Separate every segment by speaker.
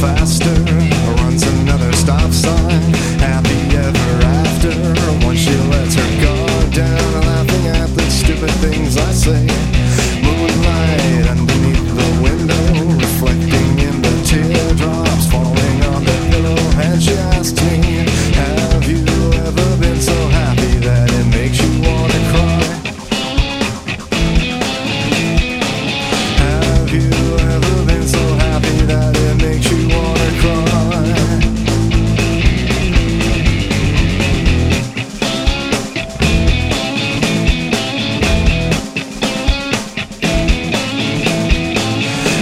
Speaker 1: faster runs another stop sign. Happy ever after. Once she lets her guard down, laughing at the stupid things I say. Moonlight underneath the window, reflecting in the teardrops falling on the pillow. And she asks me, Have you ever been so happy that it makes you wanna cry? Have you ever been so happy that it makes you wanna cry?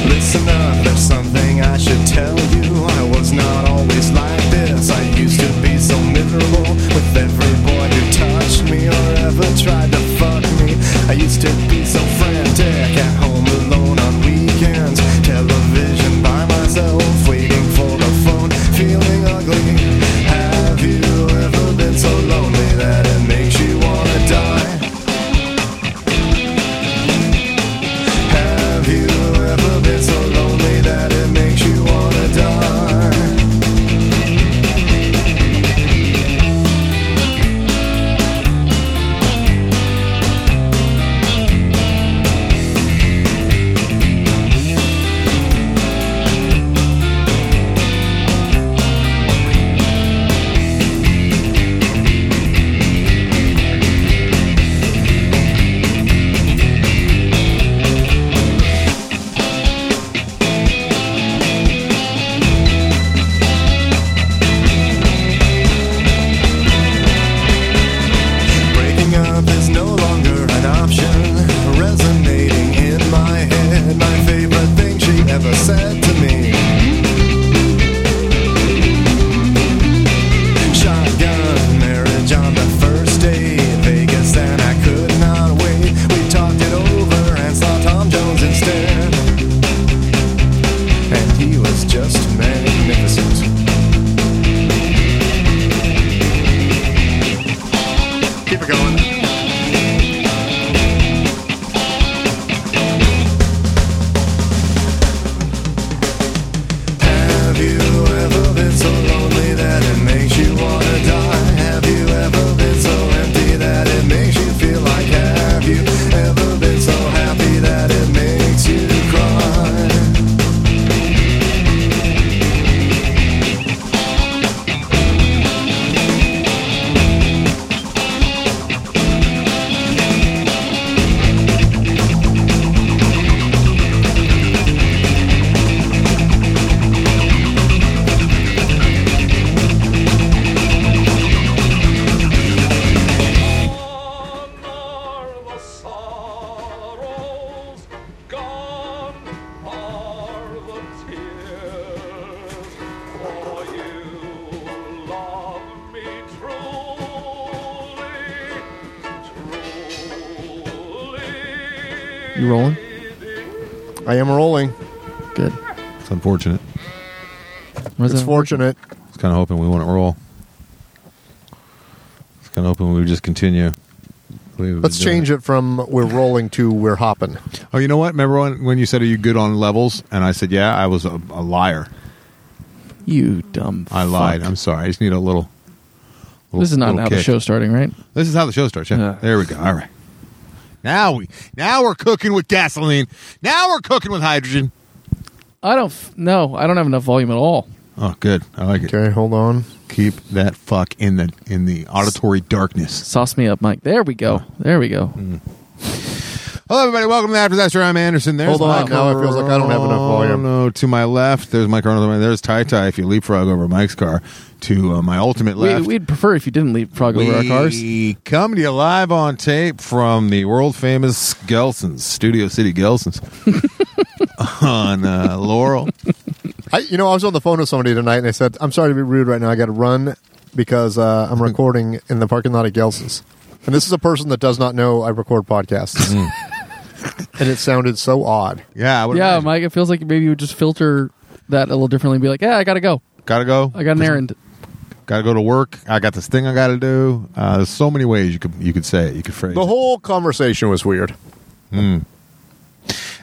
Speaker 1: Listen up, there's something I should tell you. I was not always like this. I used to be so miserable with every boy who touched me or ever tried to fuck me. I used to be so frantic at home alone on weekends. Television by myself, waiting for the phone, feeling ugly. Have you ever been so lonely that it makes you wanna die? Have you ever been so lonely that it makes you wanna die? Breaking up is no longer an option. Resonating in my head, my favorite thing she ever said to me. Shotgun marriage on the first day, Vegas, and I could not wait. We talked it over and saw Tom Jones instead. And he was just magnificent. Keep it going. Have you ever been so lonely that it makes you wanna die? Have you ever been so empty that it makes you feel like have you ever been so happy that it makes you cry?
Speaker 2: Gone are the sorrows, gone are the tears. For you love me truly, truly.
Speaker 3: You rolling?
Speaker 1: I am rolling.
Speaker 3: Good.
Speaker 4: It's unfortunate.
Speaker 3: Where's
Speaker 1: It's
Speaker 3: that?
Speaker 1: fortunate.
Speaker 4: I was kind of hoping we wouldn't roll. I was kind of hoping we would just continue.
Speaker 1: Let's change it from we're rolling to we're hopping.
Speaker 4: Oh, you know what? Remember when, when you said, "Are you good on levels?" And I said, "Yeah." I was a, a liar.
Speaker 3: You dumb.
Speaker 4: I lied.
Speaker 3: fuck.
Speaker 4: I'm sorry. I just need a little. little-
Speaker 3: This is not
Speaker 4: little
Speaker 3: how the
Speaker 4: kick.
Speaker 3: show's starting, right?
Speaker 4: This is how the show starts. Yeah.
Speaker 3: Yeah.
Speaker 4: There we go. All right. Now we now we're cooking with gasoline. Now we're cooking with hydrogen.
Speaker 3: I don't. F- no, I don't have enough volume at all.
Speaker 4: Oh, good. I like it.
Speaker 1: Okay, hold on.
Speaker 4: Keep that fuck in the in the auditory darkness.
Speaker 3: Sauce me up, Mike. There we go. There we go.
Speaker 4: Hello, everybody. Welcome to After Disaster. I'm Anderson. There's
Speaker 1: Hold on.
Speaker 4: Mike
Speaker 1: Now it feels like I don't have enough volume.
Speaker 4: Arono to my left. There's Mike Arnold. There's Ty Ty. If you leapfrog over Mike's car to uh, my ultimate
Speaker 3: We,
Speaker 4: left.
Speaker 3: we'd prefer if you didn't leave Prague over our cars.
Speaker 4: We come to you live on tape from the world famous Gelson's, Studio City Gelson's, on uh, Laurel.
Speaker 1: I, you know, I was on the phone with somebody tonight, and I said, "I'm sorry to be rude right now. I got to run because uh, I'm recording in the parking lot at Gelson's." And this is a person that does not know I record podcasts, and it sounded so odd.
Speaker 4: Yeah, I would
Speaker 3: Yeah,
Speaker 4: imagine.
Speaker 3: Mike. It feels like maybe you would just filter that a little differently and be like, "Yeah, I gotta go.
Speaker 4: Gotta go.
Speaker 3: I got an errand."
Speaker 4: Gotta go to work. I got this thing I gotta do. Uh, there's so many ways you could you could say it. You could phrase
Speaker 1: The
Speaker 4: it.
Speaker 1: whole conversation was weird.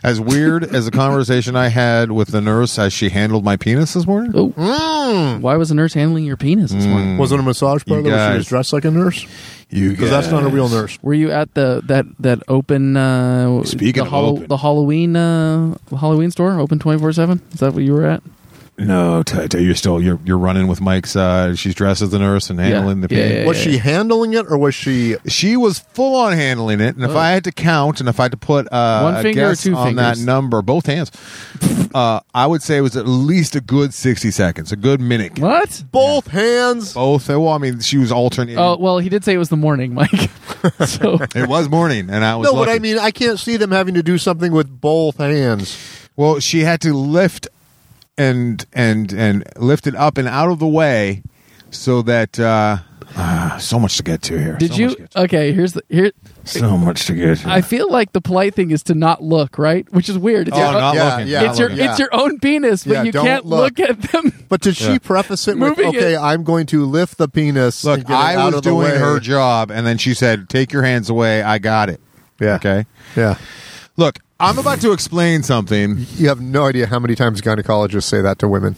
Speaker 4: As weird as the conversation I had with the nurse as she handled my penis this morning.
Speaker 3: Oh,
Speaker 4: Mm.
Speaker 3: why was a nurse handling your penis this morning?
Speaker 5: Was it a massage parlor? where
Speaker 4: guys.
Speaker 5: She was dressed like a nurse
Speaker 4: You
Speaker 5: because that's not a real nurse.
Speaker 3: Were you at the that that open uh
Speaker 4: Speaking
Speaker 3: the,
Speaker 4: of
Speaker 3: Hallo-
Speaker 4: open.
Speaker 3: the Halloween uh Halloween store open 24/7? Is that what you were at?
Speaker 4: No, Tay, Tay, you're still you're you're running with Mike's. Uh, she's dressed as the nurse and handling the
Speaker 3: Yeah,
Speaker 4: penis.
Speaker 3: yeah,
Speaker 5: Was she handling it or was she?
Speaker 4: She was full on handling it, and if
Speaker 3: Oh.
Speaker 4: I had to count, and if I had to put uh,
Speaker 3: One
Speaker 4: a
Speaker 3: finger or
Speaker 4: guess
Speaker 3: two
Speaker 4: on that
Speaker 3: fingers?
Speaker 4: number, both hands, uh, I would say it was at least a good sixty seconds, a good minute.
Speaker 3: What?
Speaker 5: Both hands.
Speaker 4: Both. Well, I mean, she was alternating.
Speaker 3: Oh, well, he did say it was the morning, Mike. so
Speaker 4: It was morning, and I was.
Speaker 5: No,
Speaker 4: lucky.
Speaker 5: but I mean, I can't see them having to do something with both hands.
Speaker 4: Well, she had to lift and and and lift it up and out of the way so that uh, ah, so much to get to here.
Speaker 3: did
Speaker 4: so
Speaker 3: you
Speaker 4: Much to get
Speaker 3: Okay, here's the here
Speaker 4: to. So much to get. To.
Speaker 3: I feel like the polite thing is to not look, right? Which is weird. It's
Speaker 4: oh,
Speaker 3: your,
Speaker 4: not
Speaker 5: yeah,
Speaker 4: looking.
Speaker 5: yeah,
Speaker 4: not
Speaker 3: uh, it's your
Speaker 4: looking.
Speaker 5: yeah.
Speaker 3: it's your own penis, but
Speaker 5: Yeah,
Speaker 3: you
Speaker 5: don't
Speaker 3: can't
Speaker 5: look.
Speaker 3: look. at them.
Speaker 5: But did she
Speaker 4: Yeah.
Speaker 5: preface it with,
Speaker 3: Moving it.
Speaker 5: "Okay, I'm going to lift the penis"? and
Speaker 4: Look,
Speaker 5: get it
Speaker 4: I
Speaker 5: out
Speaker 4: was
Speaker 5: of the
Speaker 4: doing
Speaker 5: way.
Speaker 4: her job, and then she said, "Take your hands away. I got it."
Speaker 5: Yeah.
Speaker 4: Okay.
Speaker 5: Yeah,
Speaker 4: Look, I'm about to explain something.
Speaker 5: you have no idea how many times gynecologists say that to women.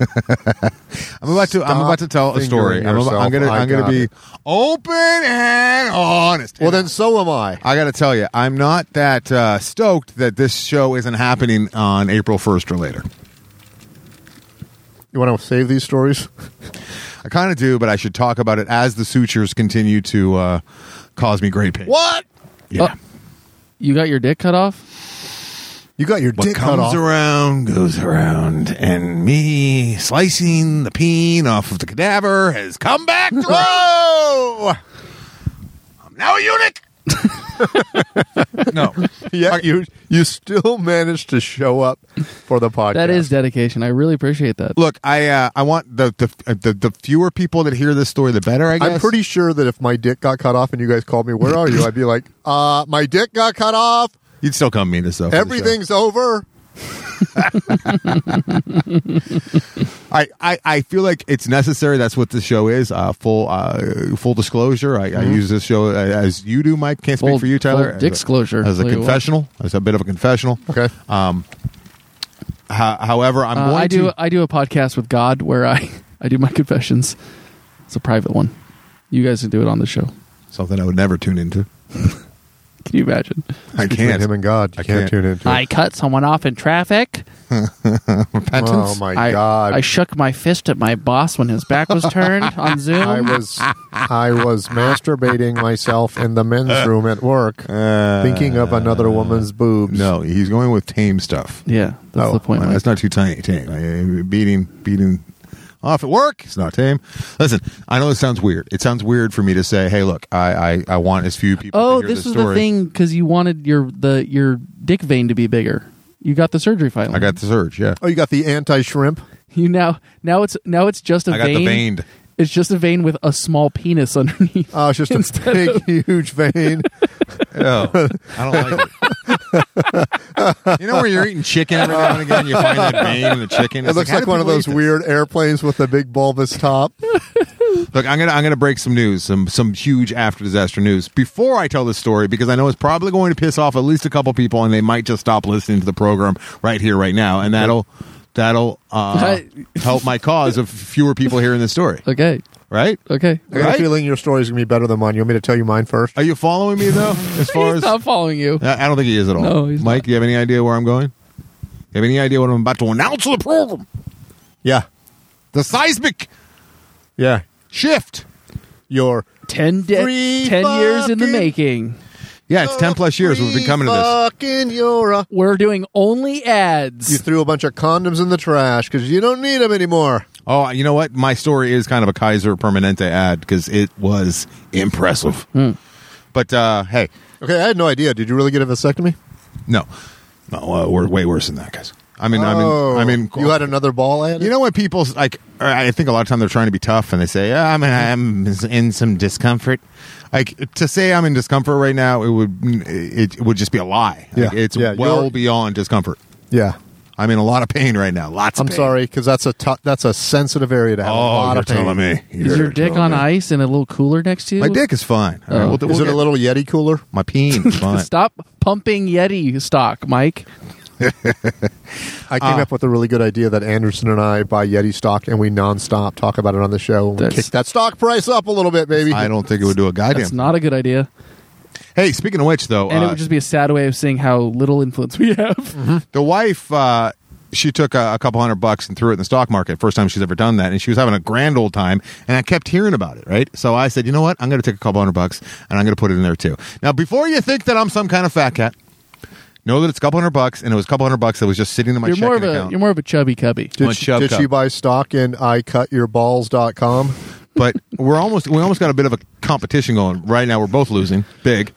Speaker 4: I'm about to. I'm
Speaker 5: Stop
Speaker 4: about to tell a story.
Speaker 5: fingering
Speaker 4: I'm, about,
Speaker 5: yourself.
Speaker 4: I'm gonna.
Speaker 5: I
Speaker 4: I'm gonna
Speaker 5: got
Speaker 4: be
Speaker 5: it.
Speaker 4: open and honest.
Speaker 5: Well, then so am I.
Speaker 4: I got to tell you, I'm not that uh, stoked that this show isn't happening on April 1st or later.
Speaker 5: You want to save these stories?
Speaker 4: I kind of do, but I should talk about it as the sutures continue to uh, cause me great pain.
Speaker 5: What?
Speaker 4: Yeah.
Speaker 3: Oh, you got your dick cut off?
Speaker 5: You got your
Speaker 4: what
Speaker 5: dick cut
Speaker 4: comes
Speaker 5: off.
Speaker 4: around goes around, and me slicing the peen off of the cadaver has come back to Whoa! I'm now a eunuch. no,
Speaker 5: yeah, you you still managed to show up for the podcast.
Speaker 3: That is dedication. I really appreciate that.
Speaker 4: look, I uh, I want the the, uh, the the fewer people that hear this story, the better. I guess
Speaker 5: I'm pretty sure that if my dick got cut off and you guys called me, where are you? I'd be like, uh, my dick got cut off.
Speaker 4: You'd still come meet us though. for the show.
Speaker 5: Everything's over.
Speaker 4: I, I, I feel like it's necessary. That's what the show is. Uh, full uh, full disclosure. I, I use this show uh, as you do, Mike. Can't speak
Speaker 3: Full-
Speaker 4: for you, Tyler.
Speaker 3: full
Speaker 4: As a-
Speaker 3: disclosure,
Speaker 4: as a
Speaker 3: tell you what.
Speaker 4: confessional, as a bit of a confessional.
Speaker 5: Okay.
Speaker 4: Ho- however, I'm
Speaker 3: Uh,
Speaker 4: going
Speaker 3: I do
Speaker 4: to.
Speaker 3: I do a podcast with God where I I do my confessions. It's a private one. You guys can do it on the show.
Speaker 4: Something I would never tune into.
Speaker 3: Can you imagine?
Speaker 4: I
Speaker 5: Between
Speaker 4: can't.
Speaker 5: him and God. You
Speaker 4: I
Speaker 5: can't,
Speaker 4: can't.
Speaker 5: tune into it.
Speaker 3: cut someone off in traffic.
Speaker 5: Oh
Speaker 4: Repentance.
Speaker 5: my God.
Speaker 3: I shook my fist at my boss when his back was turned on Zoom.
Speaker 5: I was I was masturbating myself in the men's room at work,
Speaker 4: Uh,
Speaker 5: thinking of another woman's boobs.
Speaker 4: No, he's going with tame stuff.
Speaker 3: yeah, that's
Speaker 5: Oh,
Speaker 3: the point.
Speaker 4: Well,
Speaker 3: Mike.
Speaker 4: That's not too tiny, tame. I- I- uh, Beating, beating off at work. It's not tame. Listen, I know this sounds weird. It sounds weird for me to say, "Hey, look, I, I, I want as few people." to
Speaker 3: oh,
Speaker 4: hear
Speaker 3: this is the
Speaker 4: story.
Speaker 3: thing because you wanted your the your dick vein to be bigger. You got the surgery finally.
Speaker 4: I got the surge. Yeah,
Speaker 5: Oh, you got the anti shrimp?
Speaker 3: you now. Now it's now it's just a
Speaker 4: I got the
Speaker 3: vein.
Speaker 4: veined.
Speaker 3: It's just a vein with a small penis underneath.
Speaker 5: Oh, it's just
Speaker 3: Instead
Speaker 5: a big, huge vein.
Speaker 4: Oh, I don't like it. you know where you're eating chicken every now and again, you find that vein in the chicken.
Speaker 5: It
Speaker 4: It's
Speaker 5: looks
Speaker 4: how
Speaker 5: like
Speaker 4: do
Speaker 5: one of
Speaker 4: people
Speaker 5: those
Speaker 4: eat this?
Speaker 5: weird airplanes with the big bulbous top.
Speaker 4: Look, I'm gonna I'm gonna break some news, some some huge after disaster news before I tell this story because I know it's probably going to piss off at least a couple people, and they might just stop listening to the program right here, right now, and that'll that'll uh, help my cause of fewer people hearing this story.
Speaker 3: okay,
Speaker 4: Right?
Speaker 3: okay.
Speaker 5: I got a
Speaker 4: Right?
Speaker 5: feeling your story's going to be better than mine. You want me to tell you mine first?
Speaker 4: Are you following me though? As far
Speaker 3: He's
Speaker 4: as
Speaker 3: not following you.
Speaker 4: I I don't think he is at all.
Speaker 3: No, he's
Speaker 4: Mike, do you have any idea where I'm going? You have any idea what I'm about to announce on the program?
Speaker 5: Yeah.
Speaker 4: The seismic
Speaker 5: Yeah.
Speaker 4: shift.
Speaker 5: Your
Speaker 3: Ten, de-
Speaker 5: Free
Speaker 3: ten years in the
Speaker 5: fucking-
Speaker 3: making.
Speaker 4: Yeah, it's ten plus years we've been coming to this.
Speaker 5: Fucking Euro.
Speaker 3: We're doing only ads.
Speaker 5: You threw a bunch of condoms in the trash because you don't need them anymore.
Speaker 4: Oh, you know what? My story is kind of a Kaiser Permanente ad because it was impressive.
Speaker 5: Hmm.
Speaker 4: But uh, hey,
Speaker 5: Okay, I had no idea. Did you really get a vasectomy?
Speaker 4: no, no, uh, we're way worse than that, guys. I mean,
Speaker 5: Oh.
Speaker 4: I mean, I mean,
Speaker 5: you had another ball at it.
Speaker 4: You know when people like, I think a lot of time they're trying to be tough and they say, yeah, "I'm
Speaker 5: Hmm.
Speaker 4: I'm in some discomfort." Like to say I'm in discomfort right now, it would it would just be a lie. Like,
Speaker 5: Yeah.
Speaker 4: it's
Speaker 5: Yeah,
Speaker 4: well
Speaker 5: you're-
Speaker 4: beyond discomfort.
Speaker 5: yeah.
Speaker 4: I'm in a lot of pain right now. Lots. of
Speaker 5: I'm
Speaker 4: pain.
Speaker 5: sorry because that's a tou- that's a sensitive area to
Speaker 4: Oh,
Speaker 5: have a lot
Speaker 4: you're
Speaker 5: of pain.
Speaker 4: telling me
Speaker 3: Is your
Speaker 4: You're
Speaker 3: dick
Speaker 4: telling
Speaker 3: on
Speaker 4: me.
Speaker 3: ice in a little cooler next to you?
Speaker 4: My dick is fine. All right,
Speaker 3: Oh.
Speaker 4: we'll- we'll
Speaker 5: Is it
Speaker 4: get-
Speaker 5: a little Yeti cooler?
Speaker 4: My peen is fine.
Speaker 3: Stop pumping Yeti stock, Mike.
Speaker 5: I came
Speaker 4: Ah.
Speaker 5: up with a really good idea that Anderson and I buy Yeti stock and we nonstop talk about it on the show. And we
Speaker 3: That's-
Speaker 5: kick that stock price up a little bit, baby.
Speaker 4: I don't think it would do a
Speaker 3: That's
Speaker 4: goddamn.
Speaker 3: not a good idea.
Speaker 4: hey, speaking of which, though,
Speaker 3: And it
Speaker 4: uh,
Speaker 3: would just be a sad way of seeing how little influence we have.
Speaker 4: the wife uh, she took a, a couple hundred bucks and threw it in the stock market first time she's ever done that and she was having a grand old time and i kept hearing about it right so i said you know what i'm going to take a couple hundred bucks and i'm going to put it in there too now before you think that i'm some kind of fat cat know that it's a couple hundred bucks and it was a couple hundred bucks that was just sitting in my
Speaker 3: you're
Speaker 4: checking
Speaker 3: more of a
Speaker 4: account
Speaker 3: you're more of a chubby cubby.
Speaker 4: I'm a
Speaker 5: Did, she,
Speaker 4: chub
Speaker 5: did
Speaker 4: cup.
Speaker 5: she buy stock in iCutYourBalls.com?
Speaker 4: but we're almost we almost got a bit of a competition going right now. We're both losing big.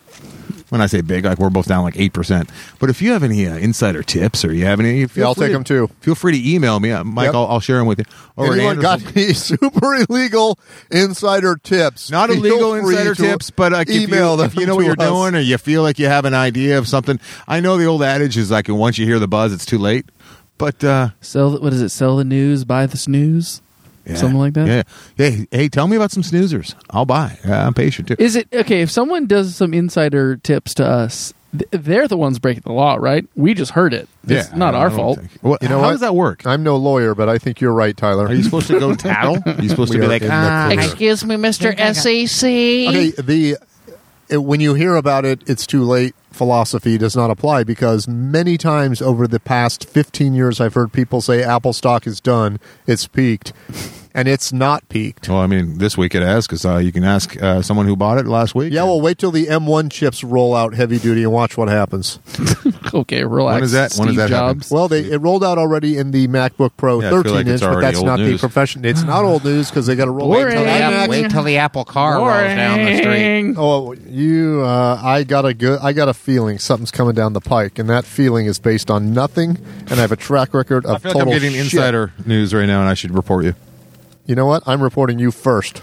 Speaker 4: When I say big, like we're both down like eight percent. But if you have any uh, insider tips or you have any, feel
Speaker 5: Yeah, I'll
Speaker 4: free
Speaker 5: take
Speaker 4: to-
Speaker 5: 'em too.
Speaker 4: Feel free to email me, uh, Mike.
Speaker 5: Yep.
Speaker 4: I'll, I'll share them with you. Or
Speaker 5: Anyone
Speaker 4: Anderson.
Speaker 5: got any super illegal insider tips?
Speaker 4: not
Speaker 5: Feel
Speaker 4: illegal
Speaker 5: free
Speaker 4: insider
Speaker 5: to
Speaker 4: tips, but like
Speaker 5: email
Speaker 4: if you, if
Speaker 5: them
Speaker 4: you know what
Speaker 5: to
Speaker 4: you're
Speaker 5: us.
Speaker 4: doing or you feel like you have an idea of something. I know the old adage is like once you hear the buzz, it's too late. But uh,
Speaker 3: Sell the- what is it? Sell the news, buy the snooze,
Speaker 4: yeah.
Speaker 3: something like that. Is
Speaker 4: Yeah. Hey, hey, tell me about some snoozers. I'll buy. Uh, I'm patient too.
Speaker 3: it okay if someone does some insider tips to us? th- They're the ones breaking the law, right? We just heard it. It's
Speaker 4: Yeah,
Speaker 3: not
Speaker 4: I
Speaker 3: our
Speaker 4: don't
Speaker 3: fault.
Speaker 4: think- Well,
Speaker 5: You know
Speaker 4: how
Speaker 5: what?
Speaker 4: does that work?
Speaker 5: I'm no lawyer, but I think you're right, Tyler.
Speaker 4: Are you supposed to go tattle? Are you supposed to
Speaker 5: We
Speaker 4: be
Speaker 5: are
Speaker 4: like,
Speaker 5: in the
Speaker 4: ah,
Speaker 5: clear.
Speaker 6: Excuse me, E Mr. SEC.
Speaker 5: okay, the it, when you hear about it, it's too late. Philosophy does not apply because many times over the past 15 years, I've heard people say Apple stock is done, it's peaked, and it's not peaked.
Speaker 4: well, I mean, this week it has because uh, you can ask uh, someone who bought it last week.
Speaker 5: Yeah, well, wait till the M1 chips roll out heavy duty and watch what happens.
Speaker 3: Okay, relax.
Speaker 4: When is that-
Speaker 3: Steve
Speaker 4: when does that happen?
Speaker 3: Jobs.
Speaker 5: Well, they it rolled out already in the MacBook Pro
Speaker 4: Yeah, I feel
Speaker 5: 13
Speaker 4: like it's
Speaker 5: inch, but
Speaker 4: already
Speaker 5: that's
Speaker 4: old
Speaker 5: not the
Speaker 4: news.
Speaker 5: profession. It's not old news because they got to roll out.
Speaker 3: Boring.
Speaker 5: Mac.
Speaker 7: wait till the Apple car rolls down the street.
Speaker 3: Boring.
Speaker 5: Oh, you! Uh, I got a good. I got a feeling something's coming down the pike, and that feeling is based on nothing. And I have a track record of
Speaker 4: I feel like
Speaker 5: total
Speaker 4: I'm getting
Speaker 5: shit.
Speaker 4: insider news right now, and I should report you.
Speaker 5: You know what? I'm reporting you first.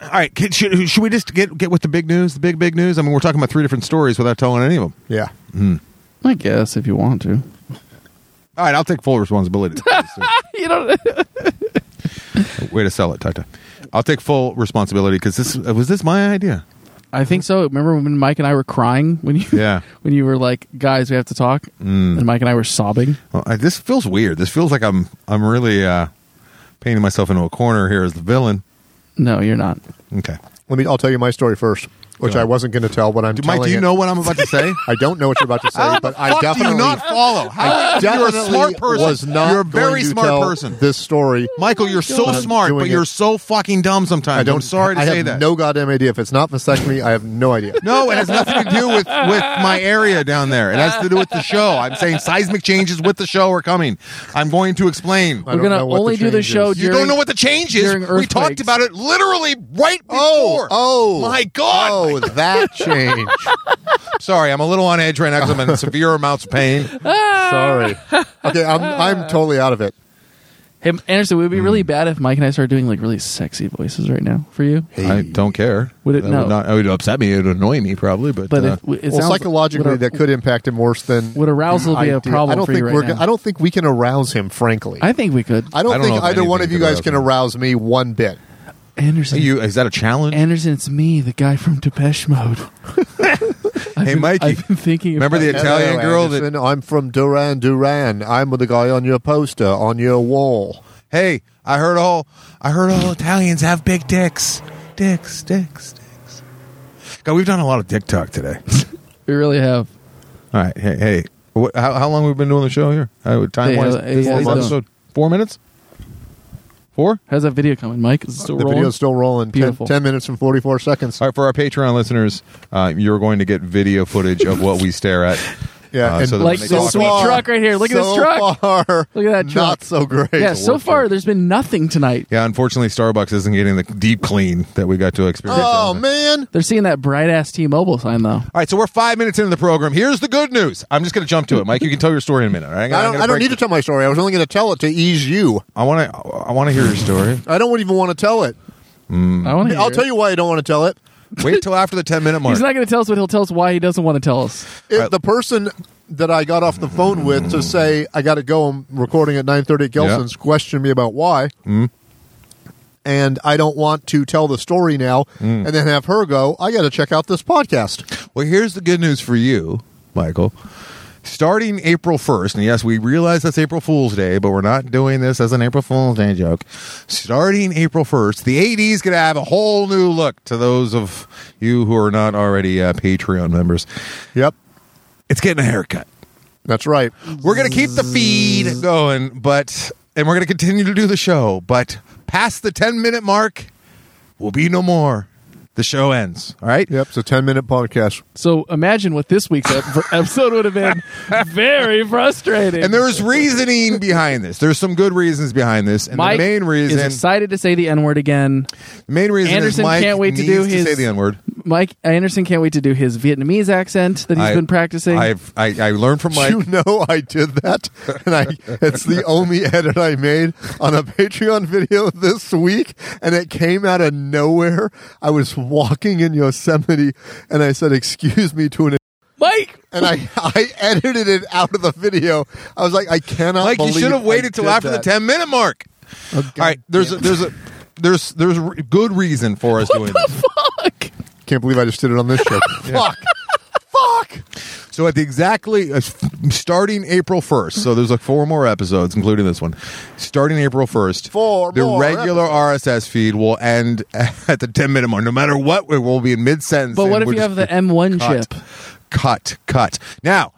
Speaker 4: All right, can, should, should we just get get with the big news? The big big news. I mean, we're talking about three different stories without telling any of them.
Speaker 5: Yeah.
Speaker 3: I guess if you want to.
Speaker 4: All right, I'll take full responsibility.
Speaker 3: You don't.
Speaker 4: Way to sell it, Tata. I'll take full responsibility because this uh, was this my idea.
Speaker 3: I think so. Remember when Mike and I were crying when you
Speaker 4: Yeah. Mm.
Speaker 3: when you were like, guys, we have to talk, and Mike and I were sobbing.
Speaker 4: Well, I, this feels weird. This feels like I'm I'm really uh, painting myself into a corner here as the villain.
Speaker 3: No, you're not.
Speaker 4: Okay,
Speaker 5: Let me. I'll tell you my story first, which
Speaker 4: Go.
Speaker 5: I wasn't going to tell, but I'm.
Speaker 4: Do,
Speaker 5: telling
Speaker 4: Mike, do you
Speaker 5: it.
Speaker 4: know what I'm about to say?
Speaker 5: I don't know what you're about to say, but I
Speaker 4: Fuck do
Speaker 5: definitely
Speaker 4: you not follow. How
Speaker 5: I
Speaker 4: you're a
Speaker 5: definitely
Speaker 4: smart person.
Speaker 5: Was not
Speaker 4: you're a very
Speaker 5: going to
Speaker 4: smart
Speaker 5: tell
Speaker 4: person.
Speaker 5: This story.
Speaker 4: Michael, you're so
Speaker 5: I'm
Speaker 4: smart,
Speaker 5: doing
Speaker 4: but you're
Speaker 5: it.
Speaker 4: so fucking dumb sometimes.
Speaker 5: I don't.
Speaker 4: I'm sorry to
Speaker 5: I
Speaker 4: say
Speaker 5: have
Speaker 4: that.
Speaker 5: No goddamn idea if it's not vasectomy. I have no idea.
Speaker 4: No, it has nothing to do with, with my area down there. It has to do with the show. I'm saying seismic changes with the show are coming. I'm going to explain.
Speaker 5: I
Speaker 3: We're
Speaker 5: don't
Speaker 3: gonna
Speaker 5: know what the
Speaker 3: only do the
Speaker 5: change
Speaker 3: show.
Speaker 5: is.
Speaker 4: You don't
Speaker 3: during-
Speaker 4: know what the change is.
Speaker 3: during
Speaker 4: We talked
Speaker 3: earthquakes.
Speaker 4: about it literally right before.
Speaker 5: Oh, oh,
Speaker 4: my God!
Speaker 5: Oh, that change.
Speaker 4: Sorry, I'm a little on edge right now because I'm in severe amounts of pain.
Speaker 5: Sorry. Okay, I'm I'm totally out of it.
Speaker 3: Hey, Anderson, it
Speaker 4: Mm.
Speaker 3: would be really bad if Mike and I started doing like really sexy voices right now for you.
Speaker 4: I don't care.
Speaker 3: Would it-
Speaker 4: That
Speaker 3: no.
Speaker 4: Would not, it would upset me. It would annoy me probably. But,
Speaker 3: But
Speaker 4: uh,
Speaker 3: if, it
Speaker 5: well,
Speaker 3: sounds
Speaker 5: psychologically,
Speaker 3: would-
Speaker 5: that could impact him worse than
Speaker 3: Would arousal
Speaker 5: the
Speaker 3: be a
Speaker 5: idea.
Speaker 3: problem
Speaker 5: I don't
Speaker 3: for
Speaker 5: think
Speaker 3: you right
Speaker 5: we're.
Speaker 3: now?
Speaker 5: I don't think we can arouse him. Frankly,
Speaker 3: I think we could.
Speaker 5: I don't,
Speaker 4: I don't know
Speaker 5: think
Speaker 4: if
Speaker 5: either one
Speaker 4: anything
Speaker 5: of you guys
Speaker 4: could arouse
Speaker 5: can
Speaker 4: him.
Speaker 5: arouse me one bit.
Speaker 3: Anderson,
Speaker 4: you is that a challenge?
Speaker 3: Anderson, it's me, the guy from Depeche Mode. I've
Speaker 4: Hey,
Speaker 3: been,
Speaker 4: Mikey,
Speaker 3: I've been thinking.
Speaker 4: remember
Speaker 3: about
Speaker 4: the Italian
Speaker 5: Hello,
Speaker 4: girl that-
Speaker 5: Anderson. I'm from Duran Duran. I'm the guy on your poster on your wall.
Speaker 4: hey, I heard all I heard all Italians have big dicks. Dicks, dicks, dicks. God, we've done a lot of dick talk today.
Speaker 3: we really have.
Speaker 4: all right, hey, hey. What, how, how long we've been doing the show here? Uh, time wise,
Speaker 3: Hey, how-
Speaker 4: this
Speaker 3: hey,
Speaker 4: last
Speaker 3: how you
Speaker 4: episode, four minutes, four.
Speaker 3: How's that video coming, Mike? Is it still
Speaker 5: the
Speaker 3: rolling?
Speaker 5: video's still rolling. Ten,
Speaker 3: Beautiful.
Speaker 5: 10 minutes and 44 seconds.
Speaker 4: All right, for our Patreon listeners, uh, you're going to get video footage of what we stare at.
Speaker 5: Yeah,
Speaker 4: Uh,
Speaker 5: and
Speaker 4: so that
Speaker 3: Like
Speaker 4: when they
Speaker 3: this
Speaker 4: talk
Speaker 3: sweet
Speaker 4: about-
Speaker 3: truck right here. Look at this
Speaker 5: so
Speaker 3: truck.
Speaker 5: Far,
Speaker 3: Look at that truck.
Speaker 5: Not so great.
Speaker 3: yeah, so far there's been nothing tonight.
Speaker 4: Yeah, unfortunately, Starbucks isn't getting the deep clean that we got to experience.
Speaker 5: Oh man,
Speaker 3: They're seeing that bright ass T-Mobile sign though.
Speaker 4: All right, so we're five minutes into the program. Here's the good news. I'm just going to jump to it, Mike. You can tell your story in a minute. All right?
Speaker 5: I don't. I don't need to tell my story. I was only going to tell it to ease you.
Speaker 4: I want to. I want to hear your story.
Speaker 5: I don't even want to tell it.
Speaker 4: Hmm.
Speaker 3: I want to.
Speaker 5: I'll tell you why I don't want to tell it.
Speaker 4: Wait till after the ten minute mark.
Speaker 3: He's not going to tell us, but he'll tell us why he doesn't want to tell us.
Speaker 5: If
Speaker 4: Right.
Speaker 5: the person that I got off the phone with to say I got to go, I'm recording at 9:30 at Gelson's, questioned me about why,
Speaker 4: Mm.
Speaker 5: and I don't want to tell the story
Speaker 4: Mm.
Speaker 5: now, and then have her go. I got to check out this podcast.
Speaker 4: well, here's the good news for you. Michael. Starting April 1st, and yes, we realize that's April Fool's Day, but we're not doing this as an April Fool's Day joke. Starting April 1st, the AD's going to have a whole new look to those of you who are not already uh, Patreon members.
Speaker 5: Yep,
Speaker 4: It's getting a haircut.
Speaker 5: that's right.
Speaker 4: We're going to keep the feed going, but and we're going to continue to do the show, but past the 10 minute mark will be no more. The show ends, all right?
Speaker 5: Yep, it's a ten minute podcast.
Speaker 3: So imagine what this week's ep- episode would have been. Very frustrating.
Speaker 4: And there's reasoning behind this. There's some good reasons behind this. And
Speaker 3: Mike
Speaker 4: the main reason
Speaker 3: is excited to say the N word again.
Speaker 4: the main reason is
Speaker 3: Anderson
Speaker 4: Mike
Speaker 3: can't wait to
Speaker 4: needs
Speaker 3: do his-
Speaker 4: say the N-word.
Speaker 3: Mike Anderson can't wait to do his Vietnamese accent that he's
Speaker 4: I-
Speaker 3: been practicing.
Speaker 4: I've I, I learned from Mike.
Speaker 5: you know I did that, and I it's the only edit I made on a Patreon video this week, and it came out of nowhere. I was walking in Yosemite, and I said, "Excuse me," to an
Speaker 3: Mike,
Speaker 5: and I I edited it out of the video. I was like, I cannot.
Speaker 4: Mike, you should have waited till after the ten minute mark.
Speaker 3: Oh,
Speaker 4: All right, there's a, there's a there's there's a good reason for us doing this.
Speaker 3: fuck.
Speaker 5: Can't believe I just did it on this show. Fuck. Fuck.
Speaker 4: So at the exactly uh, starting April 1st. So there's like four more episodes including this one. Starting April 1st.
Speaker 5: Four
Speaker 4: The
Speaker 5: more
Speaker 4: regular RSS feed will end at the 10 minute mark. No matter what, it will be in mid sentence.
Speaker 3: But what if you have the M1
Speaker 4: cut,
Speaker 3: chip?
Speaker 4: cut, cut. Now,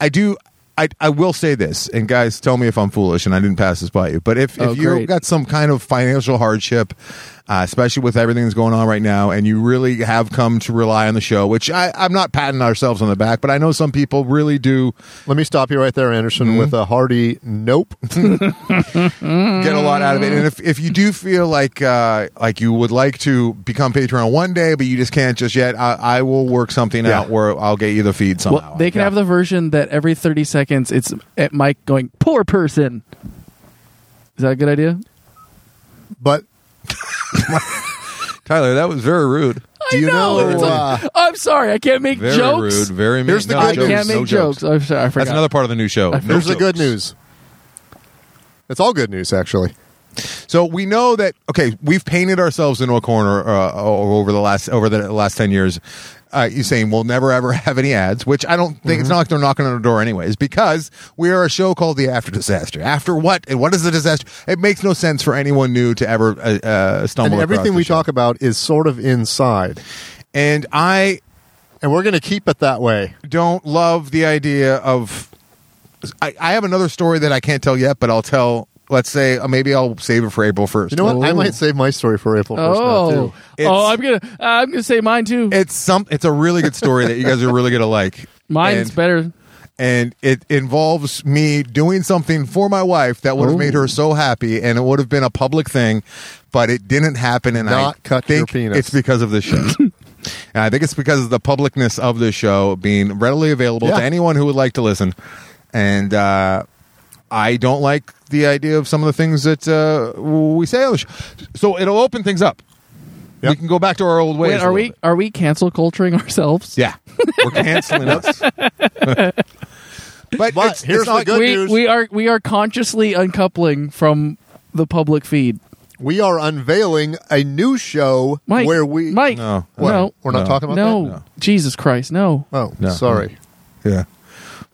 Speaker 4: I do. I, I will say this, and guys, tell me if I'm foolish and I didn't pass this by you. But if, if
Speaker 3: Oh,
Speaker 4: you've
Speaker 3: great.
Speaker 4: got some kind of financial hardship, uh, especially with everything that's going on right now, and you really have come to rely on the show, which I, I'm not patting ourselves on the back, but I know some people really do
Speaker 5: Let me stop you right there, Anderson,
Speaker 4: Mm-hmm.
Speaker 5: with a hearty nope.
Speaker 4: get a lot out of it. And if, if you do feel like uh, like you would like to become Patreon one day, but you just can't just yet, I, I will work something
Speaker 5: Yeah.
Speaker 4: out where I'll get you the feed somehow.
Speaker 3: Well, they can have the version that every 30 seconds it's at Mike going, poor person. Is that a good idea?
Speaker 5: But
Speaker 4: Tyler, that was very rude.
Speaker 5: do you know?
Speaker 3: know, it's
Speaker 5: uh,
Speaker 3: I'm sorry, I can't make
Speaker 4: Very
Speaker 3: jokes.
Speaker 4: rude. Very mean.
Speaker 5: Here's the
Speaker 4: no,
Speaker 3: I
Speaker 5: good
Speaker 4: jokes,
Speaker 3: can't make
Speaker 4: no
Speaker 3: jokes. I'm sorry, I forgot.
Speaker 4: That's another part of the new show. No
Speaker 5: Here's the
Speaker 4: jokes.
Speaker 5: good news. It's all good news, actually.
Speaker 4: So we know that okay, we've painted ourselves into a corner uh, o- over the last over the last ten years. Uh, you saying we'll never ever have any ads, which I don't think
Speaker 5: Mm-hmm.
Speaker 4: it's not like they're knocking on the door anyways, because we are a show called the After Disaster. After what? And what is the disaster? It makes no sense for anyone new to ever uh, uh, stumble.
Speaker 5: And everything we talk
Speaker 4: about,
Speaker 5: about is sort of inside.
Speaker 4: and I
Speaker 5: And we're going to keep it that way.
Speaker 4: don't love the idea of. I, I have another story that I can't tell yet, but I'll tell. Let's say uh, maybe I'll save it for April first.
Speaker 5: You know what? I might save my story for April 1st now,
Speaker 3: Oh,
Speaker 5: too.
Speaker 4: It's-
Speaker 3: oh, I'm gonna, I'm gonna say mine too.
Speaker 4: it's some it's a really good story that you guys are really gonna like
Speaker 3: Mine's
Speaker 4: and,
Speaker 3: better.
Speaker 4: and it involves me doing something for my wife that would have made her so happy and it would have been a public thing but it didn't happen and i
Speaker 5: Not cut your
Speaker 4: think
Speaker 5: penis.
Speaker 4: it's because of this show and i think it's because of the publicness of this show being readily available
Speaker 5: Yeah.
Speaker 4: to anyone who would like to listen and uh I don't like the idea of some of the things that uh, we say. on the show. So it'll open things up. We
Speaker 5: Yep.
Speaker 4: can go back to our old ways.
Speaker 3: Wait,
Speaker 4: a
Speaker 3: are
Speaker 4: little
Speaker 3: we
Speaker 4: bit.
Speaker 3: are we cancel culturing ourselves?
Speaker 4: Yeah, we're canceling us. but it's,
Speaker 5: here's
Speaker 4: it's not
Speaker 5: the good-
Speaker 3: we
Speaker 5: news.
Speaker 3: we are we are consciously uncoupling from the public feed.
Speaker 5: We are unveiling a new show
Speaker 3: Mike,
Speaker 5: where we.
Speaker 3: Mike,
Speaker 4: No.
Speaker 5: What?
Speaker 3: no,
Speaker 5: We're not
Speaker 4: No.
Speaker 5: talking about
Speaker 3: no,
Speaker 4: No.
Speaker 3: Jesus Christ, no.
Speaker 5: that? Oh,
Speaker 4: No.
Speaker 5: sorry.
Speaker 4: Yeah,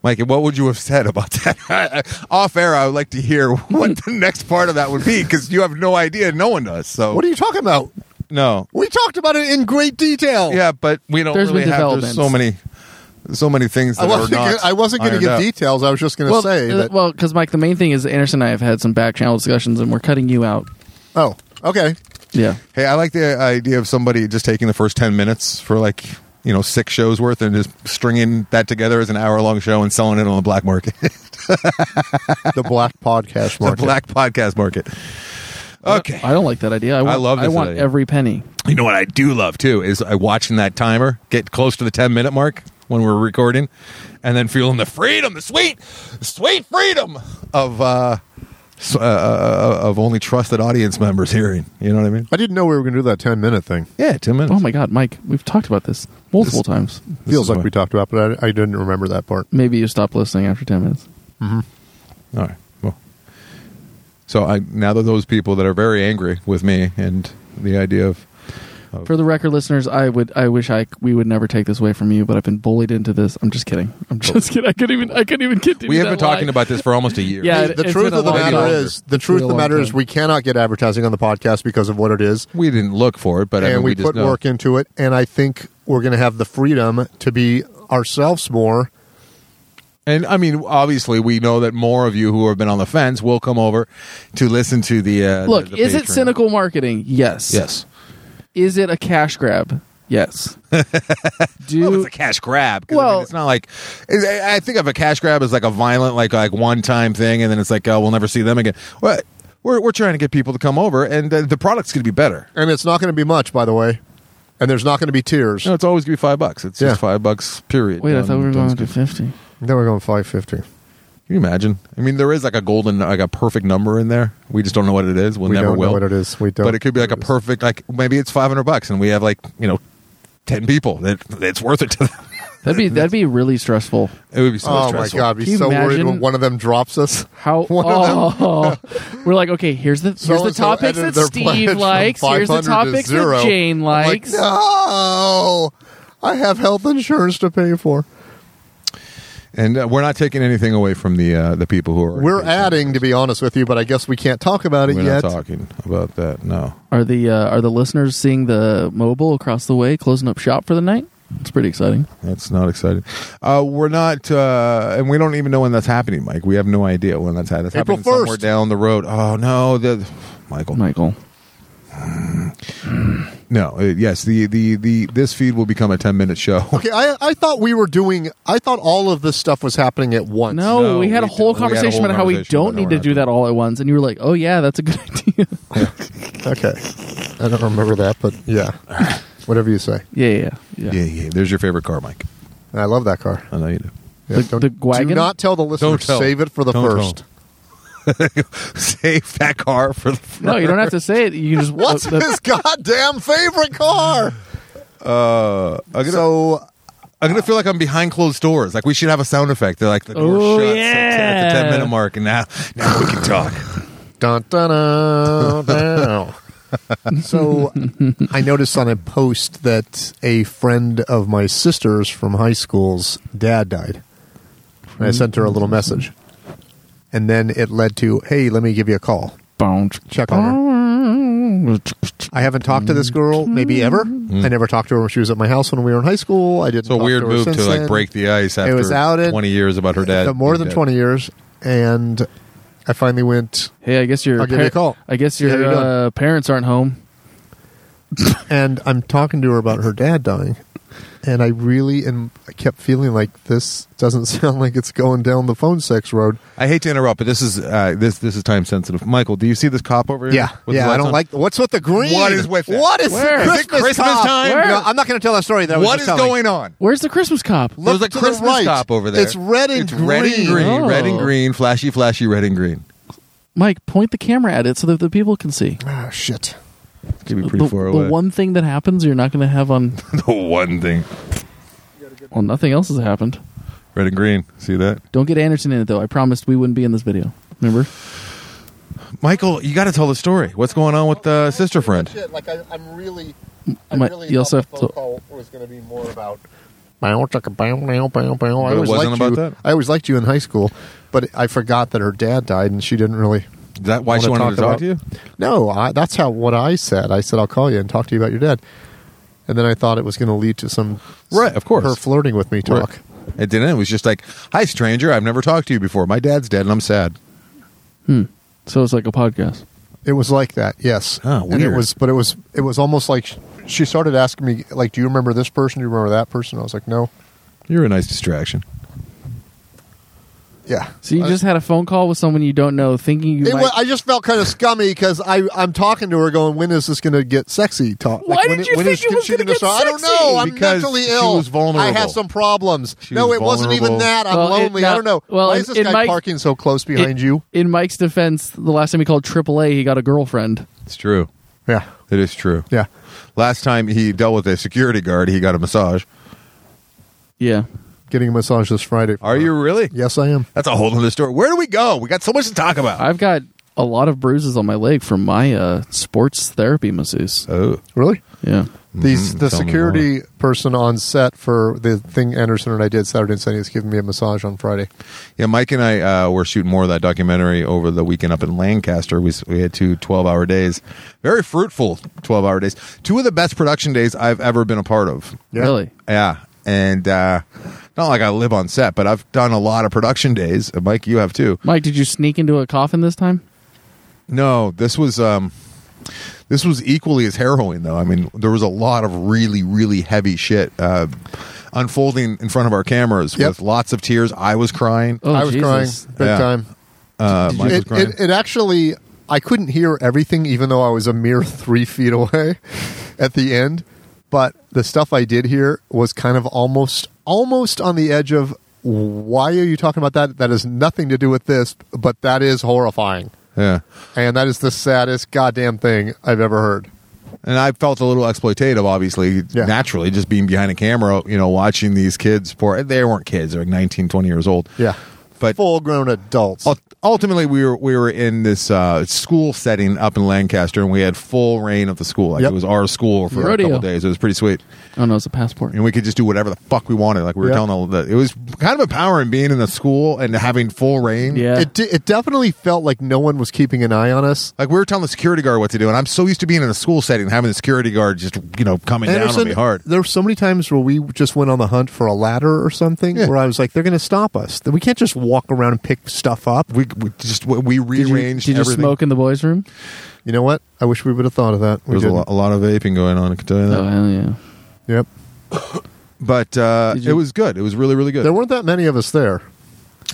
Speaker 4: Mike, what would you have said about that? Off air, I would like to hear what the next part of that would be because you have no idea. No one does. So
Speaker 5: What are you talking about?
Speaker 4: no.
Speaker 5: We talked about it in great detail.
Speaker 4: Yeah, but we don't
Speaker 3: There's been
Speaker 4: really have.
Speaker 3: developments.
Speaker 4: There's so many, so many things that
Speaker 5: I wasn't,
Speaker 4: are not.
Speaker 5: gonna, I wasn't going to
Speaker 4: ironed
Speaker 5: give
Speaker 4: out.
Speaker 5: details. I was just going to
Speaker 3: Well,
Speaker 5: say
Speaker 3: uh,
Speaker 5: that.
Speaker 3: well, because Mike, the main thing is Anderson and I have had some back channel discussions, and we're cutting you out.
Speaker 5: oh, okay.
Speaker 3: Yeah,
Speaker 4: Hey, I like the idea of somebody just taking the first ten minutes for like. You know, six shows worth, and just stringing that together as an hour-long show and selling it on the black market,
Speaker 5: The black podcast
Speaker 4: the
Speaker 5: market.
Speaker 4: black podcast market. Okay,
Speaker 3: I don't like that idea. I, want,
Speaker 4: love
Speaker 3: I
Speaker 4: this
Speaker 3: want
Speaker 4: idea.
Speaker 3: every penny.
Speaker 4: You know what I do love too is I watching that timer get close to the ten minute mark when we're recording, and then feeling the freedom, the sweet, sweet freedom of uh, s- uh, uh, of only trusted audience members hearing. You know what I mean?
Speaker 5: I didn't know we were going to do that 10 minute thing.
Speaker 4: Yeah, ten minutes.
Speaker 3: Oh my God, Mike, we've talked about this multiple times.
Speaker 4: This
Speaker 5: Feels
Speaker 4: is
Speaker 5: like
Speaker 4: why-
Speaker 5: we talked about it, but I, I didn't remember that part.
Speaker 3: Maybe you stop listening after ten minutes.
Speaker 4: All right. Well, so I now that those people that are very angry with me and the idea of
Speaker 3: For the record, listeners, I would I wish I we would never take this away from you, but I've been bullied into this. I'm just kidding. I'm just kidding. I couldn't even I couldn't even continue.
Speaker 4: We have
Speaker 3: that
Speaker 4: been talking
Speaker 3: lie.
Speaker 4: about this for almost a year.
Speaker 3: Yeah,
Speaker 5: the
Speaker 3: it's
Speaker 5: truth
Speaker 3: been a
Speaker 5: of the
Speaker 3: long
Speaker 5: matter
Speaker 3: time.
Speaker 5: is, the
Speaker 3: It's
Speaker 5: truth
Speaker 3: been
Speaker 5: of
Speaker 3: a
Speaker 5: the
Speaker 3: long
Speaker 5: matter is,
Speaker 3: time.
Speaker 5: we cannot get advertising on the podcast because of what it is,
Speaker 4: We didn't look for it, but I mean,
Speaker 5: and
Speaker 4: we,
Speaker 5: we,
Speaker 4: just
Speaker 5: put
Speaker 4: know.
Speaker 5: work into it. And I think we're going to have the freedom to be ourselves more.
Speaker 4: And I mean, obviously, we know that more of you who have been on the fence will come over to listen to the. Uh,
Speaker 3: Look,
Speaker 4: the- the
Speaker 3: is it
Speaker 4: Patreon.
Speaker 3: cynical marketing? Yes.
Speaker 4: Yes.
Speaker 3: Is it a cash grab? Yes. Do
Speaker 4: Well, it's a cash grab. 'cause, I mean,
Speaker 3: Well-
Speaker 4: it's not like I I think of a cash grab as like a violent, like like one time thing, and then it's like uh, we'll never see them again. Well, we're we're trying to get people to come over, and uh, the product's going to be better.
Speaker 5: And it's not going to be much, by the way. And there's not going to be tears.
Speaker 4: No, it's always going to be five bucks. It's
Speaker 5: Yeah.
Speaker 4: just five bucks. Period.
Speaker 3: wait, I
Speaker 4: Um,
Speaker 3: thought we were
Speaker 4: don't-
Speaker 3: going to fifty.
Speaker 5: Then we're going five fifty.
Speaker 4: Can you imagine? I mean, there is like a golden, like a perfect number in there. We just don't know what it is. We'll
Speaker 5: We
Speaker 4: never
Speaker 5: don't know
Speaker 4: will.
Speaker 5: what it is. We don't
Speaker 4: But it could be
Speaker 5: know
Speaker 4: like a
Speaker 5: what it is.
Speaker 4: perfect, like maybe it's five hundred bucks, and we have like you know, ten people. That it's worth it to them.
Speaker 3: That'd be that'd be really stressful.
Speaker 4: It would be so
Speaker 5: Oh
Speaker 4: stressful.
Speaker 5: my god, I'd
Speaker 3: Can
Speaker 5: be
Speaker 3: you
Speaker 5: so worried
Speaker 3: imagine-
Speaker 5: when one of them drops us.
Speaker 3: How
Speaker 5: One of
Speaker 3: oh, we're like, okay, here's the here's the
Speaker 5: So-and-so
Speaker 3: topics that
Speaker 5: edited their pledge
Speaker 3: Steve
Speaker 5: from
Speaker 3: likes. Here's the
Speaker 5: 500 to
Speaker 3: topics
Speaker 5: zero.
Speaker 3: that Jane
Speaker 5: I'm like,
Speaker 3: likes.
Speaker 5: no, I have health insurance to pay for.
Speaker 4: And uh, we're not taking anything away from the uh, the people who are.
Speaker 5: We're adding, to be honest with you, but I guess we can't talk about it
Speaker 4: We're
Speaker 5: yet.
Speaker 4: not talking about that. No.
Speaker 3: Are the uh, are the listeners seeing the mobile across the way closing up shop for the night? It's pretty exciting.
Speaker 4: That's not exciting. Uh, we're not, uh, and we don't even know when that's happening, Mike. We have no idea when that's happening. It's
Speaker 5: April
Speaker 4: happening somewhere
Speaker 5: 1st.
Speaker 4: down the road. Oh no, the Michael.
Speaker 3: Michael,
Speaker 4: No, uh, yes, the, the the this feed will become a ten minute show.
Speaker 5: Okay, I, I thought we were doing. I thought all of this stuff was happening at once.
Speaker 3: no,
Speaker 4: No,
Speaker 3: we had a
Speaker 4: we
Speaker 3: whole
Speaker 4: don't. We had a
Speaker 3: conversation
Speaker 4: whole
Speaker 3: about how we
Speaker 4: conversation,
Speaker 3: don't
Speaker 4: but no,
Speaker 3: need
Speaker 4: we're
Speaker 3: to
Speaker 4: not
Speaker 3: do
Speaker 4: doing
Speaker 3: that all at once, and you were like, oh yeah, that's a good idea.
Speaker 5: Okay, I don't remember that, but yeah, whatever you say.
Speaker 3: yeah, yeah, yeah.
Speaker 4: Yeah, yeah. There's your favorite car, Mike.
Speaker 5: I love that car.
Speaker 4: I know you do.
Speaker 5: Yeah,
Speaker 3: The-
Speaker 5: don't-
Speaker 3: the
Speaker 5: do
Speaker 3: wagon?
Speaker 5: not tell the listener.
Speaker 4: Don't tell.
Speaker 5: Save it for the
Speaker 4: Don't tell.
Speaker 5: first.
Speaker 4: Save that car for the.
Speaker 3: No, you don't have to say it. You can just
Speaker 5: What's
Speaker 3: uh, the-
Speaker 5: his goddamn favorite car?
Speaker 4: Uh, I'm gonna,
Speaker 5: So
Speaker 4: I'm gonna feel like I'm behind closed doors. Like we should have a sound effect. They're like the door
Speaker 3: Oh,
Speaker 4: shuts at,
Speaker 3: yeah.
Speaker 4: the ten minute mark, and now now we can talk.
Speaker 5: Dun, dun, dun, dun. so I noticed on a post that a friend of my sister's from high school's dad died. And I sent her a little message. And then it led to, hey, let me give you a call.
Speaker 3: Bounce.
Speaker 5: Check
Speaker 4: Oh.
Speaker 5: on her. I haven't talked to this girl maybe ever. I never talked to her when she was at my house when we were in high school. I didn't.
Speaker 4: It's a
Speaker 5: talk
Speaker 4: Mm-hmm. weird
Speaker 5: to her
Speaker 4: move
Speaker 5: since
Speaker 4: to like
Speaker 5: then.
Speaker 4: break the ice after
Speaker 5: was out at-
Speaker 4: 20 years about her dad.
Speaker 5: Uh, more
Speaker 4: being
Speaker 5: than
Speaker 4: dead.
Speaker 5: twenty years, and I finally went
Speaker 3: Hey, I guess your
Speaker 5: I'll give you a call.
Speaker 3: I guess
Speaker 5: See how
Speaker 3: your
Speaker 5: you're doing.
Speaker 3: uh, parents aren't home.
Speaker 5: and I'm talking to her about her dad dying, and I really and I kept feeling like this doesn't sound like it's going down the phone sex road.
Speaker 4: I hate to interrupt, but this is uh, this this is time sensitive. Michael, do you see this cop over here? with the
Speaker 5: yeah. I
Speaker 4: lights
Speaker 5: don't
Speaker 4: on?
Speaker 5: like what's with the green.
Speaker 4: What is with that?
Speaker 5: What is
Speaker 3: Where?
Speaker 5: Christmas,
Speaker 3: Is
Speaker 4: it Christmas
Speaker 5: cop?
Speaker 4: time?
Speaker 3: Where?
Speaker 5: No, I'm not going to tell that story. That I was
Speaker 4: What
Speaker 5: just
Speaker 4: is
Speaker 5: telling.
Speaker 4: going on?
Speaker 3: Where's the Christmas cop?
Speaker 5: Look
Speaker 4: There's a
Speaker 5: to
Speaker 4: Christmas
Speaker 5: the right.
Speaker 4: cop over there.
Speaker 5: It's red and
Speaker 4: It's
Speaker 5: green.
Speaker 4: red and green,
Speaker 3: Oh.
Speaker 4: red and green, flashy, flashy, red and green.
Speaker 3: Mike, point the camera at it so that the people can see.
Speaker 5: Ah, shit.
Speaker 4: It could
Speaker 5: Uh,
Speaker 4: be
Speaker 3: The,
Speaker 4: pretty far
Speaker 3: the
Speaker 4: away.
Speaker 3: one thing that happens, you're not going to have on.
Speaker 4: the one thing,
Speaker 3: Well, nothing else has happened.
Speaker 4: red and green. See that,
Speaker 3: Don't get Anderson in it though. I promised we wouldn't be in this video. Remember?
Speaker 4: Michael? You got to tell the story. What's going on with the sister friend?
Speaker 5: Like I, I'm really.
Speaker 3: I Might- really you thought also the have phone to-
Speaker 5: call was going to be more about. Bow, chicka, bow, bow, bow, bow. I
Speaker 4: it
Speaker 5: always
Speaker 4: wasn't
Speaker 5: liked you.
Speaker 4: about that?
Speaker 5: I always liked you in high school, but I forgot that her dad died, and she didn't really.
Speaker 4: Is that why she
Speaker 5: Wanna
Speaker 4: wanted to talk
Speaker 5: talk
Speaker 4: to you?
Speaker 5: No, I, that's how what I said. I said I'll call you and talk to you about your dad, and then I thought it was going to lead to some
Speaker 4: Right, of course.
Speaker 5: her flirting with me talk.
Speaker 4: Right. It didn't. It was just like, "Hi, stranger. I've never talked to you before. My dad's dead, and I'm sad."
Speaker 3: So it's like a podcast.
Speaker 5: It was like that, yes.
Speaker 4: Oh,
Speaker 5: And it
Speaker 4: weird.
Speaker 5: was, but it was, it was almost like sh- she started asking me, like, "Do you remember this person? Do you remember that person?" I was like, "No."
Speaker 4: You're a nice distraction.
Speaker 5: Yeah.
Speaker 3: So you
Speaker 5: I-
Speaker 3: just had a phone call with someone you don't know, thinking you
Speaker 5: It
Speaker 3: might.
Speaker 5: wa- I just felt kind of scummy because I I'm talking to her, going, "When is this going to get sexy?" Talk.
Speaker 3: Why
Speaker 5: when
Speaker 3: did you
Speaker 5: when
Speaker 3: think
Speaker 5: is
Speaker 3: it was
Speaker 5: she
Speaker 3: gonna get
Speaker 5: start- I don't
Speaker 3: sexy?
Speaker 5: know. I'm
Speaker 4: Because
Speaker 5: mentally
Speaker 4: she
Speaker 5: ill.
Speaker 4: was vulnerable.
Speaker 5: I have some problems.
Speaker 4: She
Speaker 5: no,
Speaker 4: was
Speaker 5: it wasn't even
Speaker 4: vulnerable.
Speaker 5: that. I'm
Speaker 3: Well, it-
Speaker 5: lonely. I
Speaker 3: now-
Speaker 5: don't know.
Speaker 3: well,
Speaker 5: Why
Speaker 3: in-
Speaker 5: is this
Speaker 3: in
Speaker 5: guy
Speaker 3: Mike-
Speaker 5: parking so close behind
Speaker 3: in,
Speaker 5: you?
Speaker 3: In Mike's defense, the last time he called AAA, he got a girlfriend.
Speaker 4: It's true.
Speaker 5: Yeah,
Speaker 4: It is true.
Speaker 5: yeah.
Speaker 4: Last time he dealt with a security guard, he got a massage.
Speaker 3: Yeah.
Speaker 5: Getting a massage this Friday.
Speaker 4: Are you really?
Speaker 5: Yes, I am.
Speaker 4: That's a whole other story. Where do we go? We got so much to talk about.
Speaker 3: I've got a lot of bruises on my leg from my uh, sports therapy masseuse.
Speaker 4: oh,
Speaker 5: Really?
Speaker 3: Yeah.
Speaker 5: These the
Speaker 8: tell me
Speaker 5: security person on set for the thing Anderson and I did Saturday and Sunday is giving me a massage on Friday.
Speaker 4: Yeah, Mike and I uh, were shooting more of that documentary over the weekend up in Lancaster. We, s- we had two 12 hour days, very fruitful 12 hour days. Two of the best production days I've ever been a part of.
Speaker 5: Yeah.
Speaker 3: Really?
Speaker 4: Yeah. And uh, not like I live on set, but I've done a lot of production days. And Mike, you have too.
Speaker 3: Mike, did you sneak into a coffin this time?
Speaker 4: No, this was. Um, this was equally as harrowing, though. I mean, there was a lot of really, really heavy shit uh, unfolding in front of our cameras
Speaker 5: Yep.
Speaker 4: with lots of tears. I was crying.
Speaker 3: Oh,
Speaker 5: I was
Speaker 3: Jesus.
Speaker 5: crying big
Speaker 4: Yeah.
Speaker 5: time.
Speaker 4: Uh, Mike was
Speaker 5: It,
Speaker 4: crying.
Speaker 5: it, it actually, I couldn't hear everything, even though I was a mere three feet away at the end. But the stuff I did hear was kind of almost, almost on the edge of why are you talking about that? That has nothing to do with this, but that is horrifying,
Speaker 4: yeah.
Speaker 5: and that is the saddest goddamn thing I've ever heard.
Speaker 4: and I felt a little exploitative, obviously,
Speaker 5: Yeah.
Speaker 4: naturally, just being behind a camera, you know, watching these kids. Poor, they weren't kids; they're like 19, 20 years old.
Speaker 5: Yeah,
Speaker 4: but
Speaker 5: full grown adults.
Speaker 4: ul- ultimately, we were we were in this uh, school setting up in Lancaster, and we had full reign of the school. Like
Speaker 5: Yep.
Speaker 4: it was our school for
Speaker 3: Rodeo.
Speaker 4: a couple days. It was pretty sweet,
Speaker 3: Oh no, it's a passport.
Speaker 4: and we could just do whatever the fuck we wanted. Like we were
Speaker 5: Yeah.
Speaker 4: telling all the, it was kind of empowering being in the school and having full reign.
Speaker 3: Yeah.
Speaker 5: It, de- it definitely felt like no one was keeping an eye on us.
Speaker 4: Like we were telling the security guard what to do, and I'm so used to being in a school setting, having the security guard just you know coming down on me hard.
Speaker 5: There were so many times where we just went on the hunt for a ladder or something,
Speaker 4: Yeah.
Speaker 5: where I was like, "They're going to stop us. We can't just walk around and pick stuff up."
Speaker 4: We, we just we-
Speaker 3: Did
Speaker 4: we
Speaker 3: you,
Speaker 4: rearranged.
Speaker 3: did you
Speaker 4: everything.
Speaker 3: smoke in the boys' room?
Speaker 5: You know what? I wish we would have thought of that. We
Speaker 4: There's a
Speaker 5: didn't.
Speaker 4: lot, a lot of vaping going on. I can tell you that.
Speaker 3: Oh hell yeah!
Speaker 5: Yep.
Speaker 4: But uh,
Speaker 3: Did you-
Speaker 4: it was good. It was really, really good.
Speaker 5: There weren't that many of us there.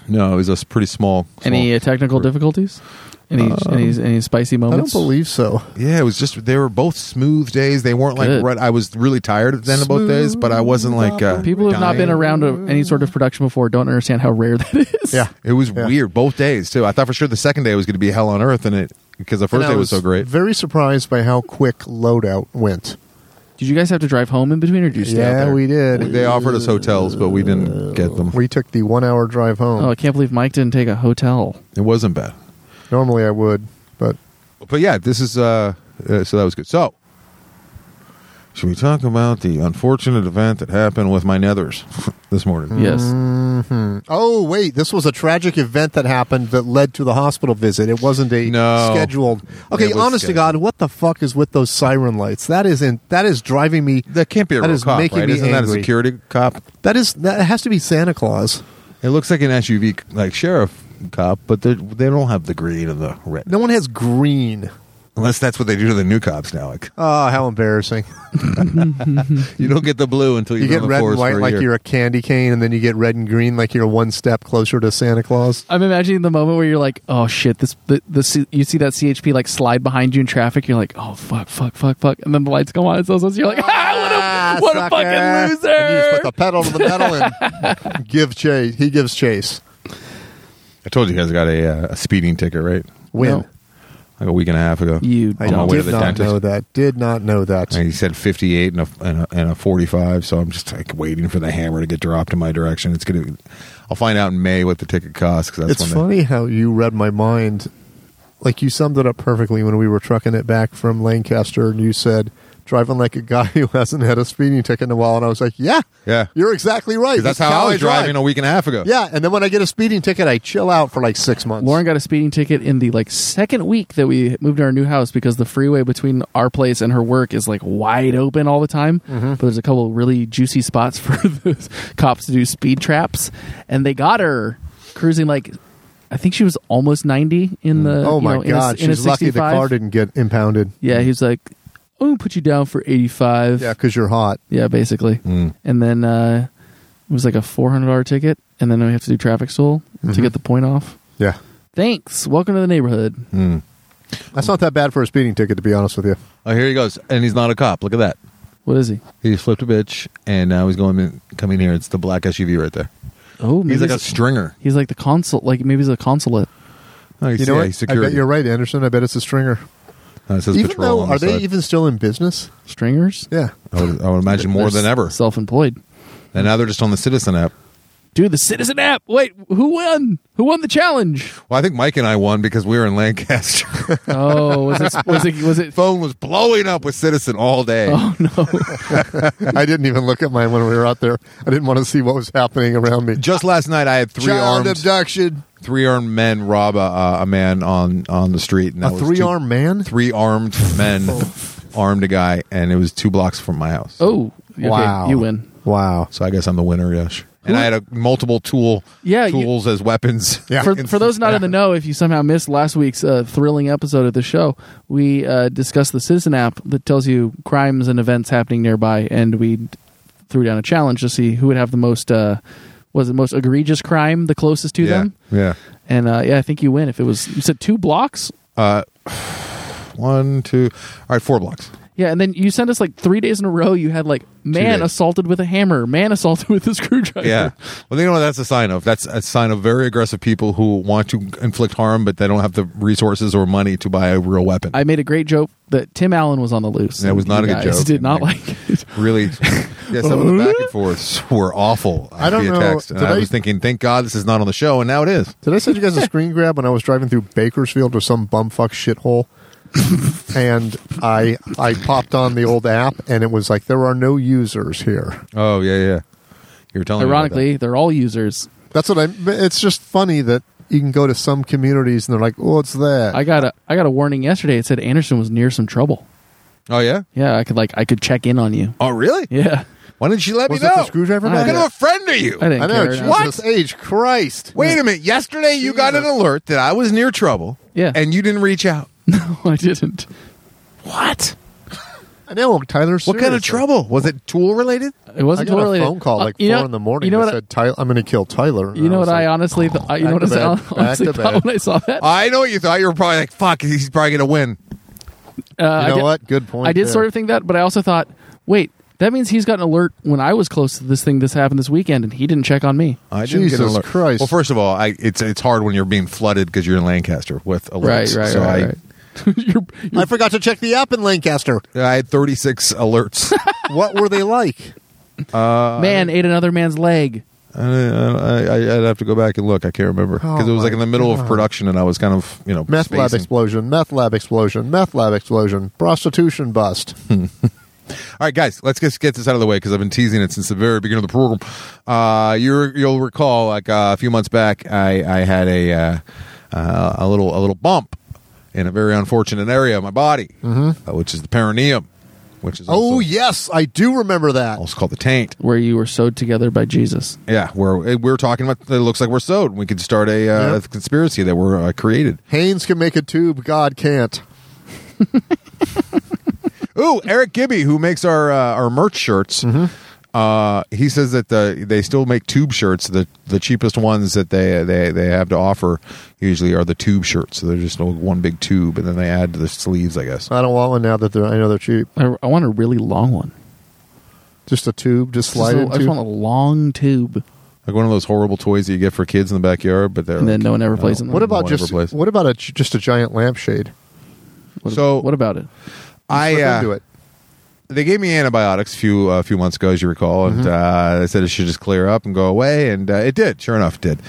Speaker 4: no, it was a s- pretty small. small-
Speaker 3: Any uh, technical difficulties? Any, any any spicy
Speaker 5: Um, I
Speaker 3: moments?
Speaker 5: don't believe so.
Speaker 4: yeah, it was just they were both smooth days. They weren't
Speaker 3: Good.
Speaker 4: like right. I was really tired at the end of both days, but I wasn't like uh,
Speaker 3: people who have not been
Speaker 4: dying.
Speaker 3: around a, any sort of production before don't understand how rare that is.
Speaker 5: Yeah.
Speaker 4: It was
Speaker 5: Yeah.
Speaker 4: weird both days too. I thought for sure the second day was going to be hell on earth, and it because the first
Speaker 5: And I
Speaker 4: day was so great.
Speaker 5: Very surprised by how quick loadout went.
Speaker 3: Did you guys have to drive home in between, or did you stay out
Speaker 5: yeah,
Speaker 3: there?
Speaker 5: we did.
Speaker 4: They offered us hotels, but we didn't get them.
Speaker 5: We took the one-hour drive home.
Speaker 3: Oh, I can't believe Mike didn't take a hotel.
Speaker 4: It wasn't bad,
Speaker 5: Normally I would, but
Speaker 4: but yeah, this is uh, uh so that was good. So. Should we talk about the unfortunate event that happened with my nethers this morning?
Speaker 5: Mm-hmm.
Speaker 3: Yes.
Speaker 5: oh wait, this was a tragic event that happened that led to the hospital visit. It wasn't a
Speaker 4: No.
Speaker 5: scheduled.
Speaker 4: It
Speaker 5: Okay,
Speaker 4: was
Speaker 5: honest to
Speaker 4: scheduled.
Speaker 5: God, what the fuck is with those siren lights? That isn't. That is driving me.
Speaker 4: That can't be a
Speaker 5: That
Speaker 4: real
Speaker 5: is
Speaker 4: cop,
Speaker 5: making
Speaker 4: right?
Speaker 5: me
Speaker 4: Isn't that a
Speaker 5: angry.
Speaker 4: security cop?
Speaker 5: That is. That has to be Santa Claus.
Speaker 4: It looks like an SUV, like sheriff cop, but they they don't have the green and the red.
Speaker 5: No one has green.
Speaker 4: Unless that's what they do to the new cops now. Like
Speaker 5: Oh, how embarrassing!
Speaker 4: you don't get the blue until
Speaker 5: You
Speaker 4: you've
Speaker 5: get
Speaker 4: been on the
Speaker 5: red and
Speaker 4: force
Speaker 5: white
Speaker 4: for a
Speaker 5: like
Speaker 4: year.
Speaker 5: you're a candy cane, and then you get red and green like you're one step closer to Santa Claus.
Speaker 3: I'm imagining the moment where you're like, "Oh shit!" This the, the C- you see that CHP like slide behind you in traffic. You're like, "Oh fuck, fuck, fuck, fuck!" And then the lights go on. It's those. You're like, "Ah, what a, what a
Speaker 5: sucker.
Speaker 3: fucking
Speaker 5: And you just put
Speaker 3: loser!"
Speaker 5: the pedal to the metal and give chase. He gives chase.
Speaker 4: I told you guys I got a, uh, a speeding ticket, right?
Speaker 5: Win.
Speaker 3: No.
Speaker 4: Like a week and a half ago.
Speaker 3: You
Speaker 5: I
Speaker 4: On my
Speaker 3: dumb.
Speaker 4: way to
Speaker 5: did
Speaker 4: the
Speaker 5: not
Speaker 4: dentist.
Speaker 5: know that. Did not know that.
Speaker 4: And he said 58 and a, and, a, and a 45, so I'm just like waiting for the hammer to get dropped in my direction. It's gonna. I'll find out in May what the ticket costs because that's
Speaker 5: it's
Speaker 4: when
Speaker 5: funny how you read my mind. Like you summed it up perfectly when we were trucking it back from Lancaster, and you said driving like a guy who hasn't had a speeding ticket in a while, and I was like, "Yeah,
Speaker 4: Yeah.
Speaker 5: you're exactly right."
Speaker 4: They, 'cause that's
Speaker 5: This is
Speaker 4: how I was
Speaker 5: drive.
Speaker 4: driving a week and a half ago.
Speaker 5: Yeah, and then when I get a speeding ticket, I chill out for like six months.
Speaker 3: Lauren got a speeding ticket in the like second week that we moved to our new house because the freeway between our place and her work is like wide open all the time.
Speaker 5: Mm-hmm.
Speaker 3: But there's a couple really juicy spots for the cops to do speed traps, and they got her cruising like I think she was almost ninety in the uh,
Speaker 5: oh
Speaker 3: you
Speaker 5: my
Speaker 3: know, in a-
Speaker 5: god,
Speaker 3: in a,
Speaker 5: she's lucky the
Speaker 3: 65.
Speaker 5: car didn't get impounded.
Speaker 3: Yeah, he was like, "I'm gonna put you down for 85."
Speaker 5: Yeah, because you're hot.
Speaker 3: Yeah, basically.
Speaker 4: Mm.
Speaker 3: And then uh, it was like a $400 ticket, and then we have to do traffic stool
Speaker 4: Mm-hmm.
Speaker 3: to get the point off.
Speaker 5: Yeah,
Speaker 3: Thanks. Welcome to the neighborhood.
Speaker 5: that's not that bad for a speeding ticket, to be honest with you.
Speaker 4: mm. Oh, here he goes, and he's not a cop. Look at that.
Speaker 3: What is he?
Speaker 4: He flipped a bitch, and now he's going in, coming here. It's the black SUV right there.
Speaker 3: Oh, maybe
Speaker 4: He's like a stringer.
Speaker 3: he's like the consul. Like maybe he's a consulate.
Speaker 4: Oh, he's,
Speaker 5: You know
Speaker 4: yeah,
Speaker 5: what?
Speaker 4: he's
Speaker 5: I
Speaker 4: security.
Speaker 5: bet you're right, Anderson. I bet it's a stringer.
Speaker 4: Uh, it says
Speaker 5: Even
Speaker 4: patrol
Speaker 5: though,
Speaker 4: on the
Speaker 5: are they
Speaker 4: side.
Speaker 5: even still in business?
Speaker 3: Stringers.
Speaker 5: Yeah.
Speaker 4: I would, I would imagine more
Speaker 3: They're
Speaker 4: than ever.
Speaker 3: Self-employed.
Speaker 4: And now they're just on the Citizen app.
Speaker 3: do the Citizen app. Wait, who won? Who won the challenge?
Speaker 4: Well, I think Mike and I won because we were in Lancaster.
Speaker 3: Oh, was it was it was it?
Speaker 4: Phone was blowing up with Citizen all day.
Speaker 3: Oh no!
Speaker 5: I didn't even look at mine when we were out there. I didn't want to see what was happening around me.
Speaker 4: Just last night, I had three
Speaker 5: Child
Speaker 4: armed
Speaker 5: abduction.
Speaker 4: three armed men rob a, uh, a man on on the street. And that
Speaker 5: A
Speaker 4: was two-
Speaker 5: three armed Oh. man?
Speaker 4: three armed men armed a guy, and it was two blocks from my house.
Speaker 3: Oh, okay, you win.
Speaker 5: Wow.
Speaker 4: So I guess I'm the winner, Yosh. And I had a multiple tool
Speaker 3: Yeah, you-
Speaker 4: tools as weapons.
Speaker 5: Yeah.
Speaker 3: for, for those not in the know, if you somehow missed last week's uh, thrilling episode of the show, we uh, discussed the Citizen app that tells you crimes and events happening nearby, and we d- threw down a challenge to see who would have the most uh, was the most egregious crime the closest to
Speaker 4: yeah.
Speaker 3: them.
Speaker 4: Yeah.
Speaker 3: And uh, yeah, I think you win if it was you said two blocks.
Speaker 4: One, two. All right, four blocks.
Speaker 3: Yeah, and then you sent us like three days in a row. You had like man
Speaker 4: days.
Speaker 3: assaulted with a hammer, man assaulted with a screwdriver.
Speaker 4: Yeah. Well, you know what that's a sign of? That's a sign of very aggressive people who want to inflict harm, but they don't have the resources or money to buy a real weapon.
Speaker 3: I made a great joke that Tim Allen was on the loose.
Speaker 4: That was
Speaker 3: and
Speaker 4: not
Speaker 3: you
Speaker 4: a good
Speaker 3: guys
Speaker 4: joke.
Speaker 3: Did not like it.
Speaker 4: really, yeah, some of the back and forths were awful.
Speaker 5: I don't
Speaker 4: via
Speaker 5: know.
Speaker 4: Text. And
Speaker 5: Did
Speaker 4: I
Speaker 5: I-
Speaker 4: was thinking, thank God this is not on the show, and now it is.
Speaker 5: Did I send you guys a screen grab when I was driving through Bakersfield or some bumfuck shithole? and I I popped on the old app and it was like there are no users here.
Speaker 4: Oh yeah, yeah. You were telling me
Speaker 3: Ironically, they're all users.
Speaker 5: That's what I. It's just funny that you can go to some communities and they're like, "What's that?"
Speaker 3: I got a I got a warning yesterday. It said Anderson was near some trouble.
Speaker 4: about that. Oh yeah.
Speaker 3: Yeah, I could like I could check in on you.
Speaker 4: Oh really?
Speaker 3: Yeah,
Speaker 4: Why didn't you let
Speaker 5: Was
Speaker 4: me
Speaker 5: that
Speaker 4: know?
Speaker 5: the screwdriver?
Speaker 3: I
Speaker 4: What kind
Speaker 3: know.
Speaker 4: of a friend are you?
Speaker 3: I didn't
Speaker 5: I know.
Speaker 3: care.
Speaker 5: Jesus H. Christ.
Speaker 4: Wait a minute. Yesterday you got an
Speaker 5: Jesus.
Speaker 4: alert that I was near trouble.
Speaker 3: Yeah.
Speaker 4: And you didn't reach out.
Speaker 3: No, I didn't.
Speaker 4: What?
Speaker 5: I know, Tyler.
Speaker 4: What kind of
Speaker 5: seriously.
Speaker 4: trouble? Was it tool related?
Speaker 3: It wasn't
Speaker 5: I got
Speaker 3: totally Uh,
Speaker 5: a phone call like
Speaker 3: you
Speaker 5: four
Speaker 3: know-
Speaker 5: in the morning.
Speaker 3: You know
Speaker 5: that
Speaker 3: what?
Speaker 5: said, Tyler, I'm going to kill Tyler. And
Speaker 3: you know
Speaker 5: was
Speaker 3: what? I
Speaker 5: like, "Oh,
Speaker 3: honestly, th- I- you know
Speaker 5: back
Speaker 3: what
Speaker 5: to
Speaker 3: I
Speaker 5: bed, back
Speaker 3: honestly
Speaker 5: to
Speaker 3: thought
Speaker 5: bed.
Speaker 3: when I saw that.
Speaker 4: I know what you thought. You were probably like, fuck, he's probably going to win.
Speaker 3: Uh,
Speaker 5: You
Speaker 3: I
Speaker 5: know
Speaker 3: did-
Speaker 5: what? Good point.
Speaker 3: I did
Speaker 5: there.
Speaker 3: sort of think that, but I also thought, wait, that means he's got an alert when I was close to this thing. This happened this weekend, and he didn't check on me.
Speaker 4: I
Speaker 5: Jesus Christ.
Speaker 4: Well, first of all, I, it's it's hard when you're being flooded because you're in Lancaster with alerts.
Speaker 3: Right, right,
Speaker 4: so
Speaker 3: right.
Speaker 4: I,
Speaker 3: right. You're- you're-
Speaker 5: I forgot to check the app in Lancaster.
Speaker 4: I had 36 alerts.
Speaker 5: what were they like?
Speaker 3: man ate another man's leg.
Speaker 4: I, I, I, I'd have to go back and look. I can't remember because
Speaker 5: Oh,
Speaker 4: it was like
Speaker 5: my
Speaker 4: in the middle of production, and I was kind of you know
Speaker 5: Meth lab
Speaker 4: spacing.
Speaker 5: explosion, meth lab explosion, meth lab explosion, prostitution bust.
Speaker 4: All right, guys, let's just get this out of the way because I've been teasing it since the very beginning of the program. Uh, you're, you'll recall, like uh, a few months back, I, I had a uh, uh, a little a little bump in a very unfortunate area of my body, uh, which is the perineum, which is also,
Speaker 5: Mm-hmm. oh, yes, I do remember that.
Speaker 4: also called the taint.
Speaker 3: Where you were sewed together by Jesus.
Speaker 4: Yeah, where eh, we're talking about, it looks like we're sewed. We could start a, uh,
Speaker 5: Yeah.
Speaker 4: a conspiracy that we're uh, created.
Speaker 5: Haynes can make a tube, God can't.
Speaker 4: Ooh, Eric Gibby, who makes our uh, our merch shirts.
Speaker 5: Mm-hmm.
Speaker 4: Uh, he says that the, they still make tube shirts. The the cheapest ones that they, they, they have to offer usually are the tube shirts. So they're just one big tube, and then they add to the sleeves, I guess.
Speaker 5: I don't want one now that they're, I know they're cheap.
Speaker 3: I, I want a really long one.
Speaker 5: Just a tube, just slide
Speaker 3: Just a- I just
Speaker 5: into.
Speaker 3: want a long tube,
Speaker 4: Like one of those horrible toys that you get for kids in the backyard, but they're
Speaker 3: and then no one ever plays
Speaker 4: no.
Speaker 3: in them.
Speaker 5: What about
Speaker 4: Whatever
Speaker 5: just
Speaker 4: place.
Speaker 5: what about a just a giant lampshade?
Speaker 3: What,
Speaker 4: So-
Speaker 3: what about it?
Speaker 4: I
Speaker 5: Slip
Speaker 4: uh,
Speaker 5: into it.
Speaker 4: they gave me antibiotics a few a few months ago, as you recall, and
Speaker 3: Mm-hmm.
Speaker 4: uh, they said it should just clear up and go away, and uh, it did. Sure enough, it did.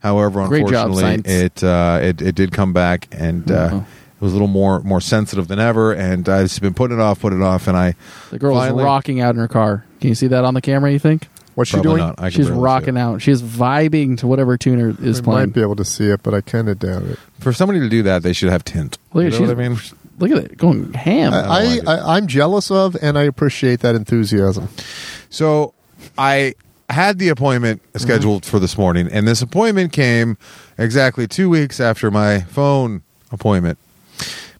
Speaker 4: However,
Speaker 3: Great job,
Speaker 4: unfortunately,
Speaker 3: science. Uh-huh.
Speaker 4: it, uh, it it did come back, and uh,
Speaker 3: Uh-oh.
Speaker 4: it was a little more more sensitive than ever. And I've just been putting it off, putting it off, and I
Speaker 3: The girl is
Speaker 4: finally-
Speaker 3: rocking out in her car. Can you see that on the camera? You think
Speaker 5: What's she
Speaker 4: Probably
Speaker 5: doing?
Speaker 4: not. I can
Speaker 3: she's
Speaker 4: barely see
Speaker 3: rocking
Speaker 4: it.
Speaker 3: out? She's vibing to whatever tuner is
Speaker 5: We
Speaker 3: playing.
Speaker 5: might be able to see it, but I kind of doubt it.
Speaker 4: For somebody to do that, they should have tint.
Speaker 3: Look at
Speaker 4: you know
Speaker 3: she's-
Speaker 4: what I mean?
Speaker 3: Look at it going ham.
Speaker 5: I,
Speaker 4: like it.
Speaker 5: I, I'm jealous of, and I appreciate that enthusiasm.
Speaker 4: So I had the appointment scheduled for this morning, and this appointment came exactly two weeks after my phone appointment.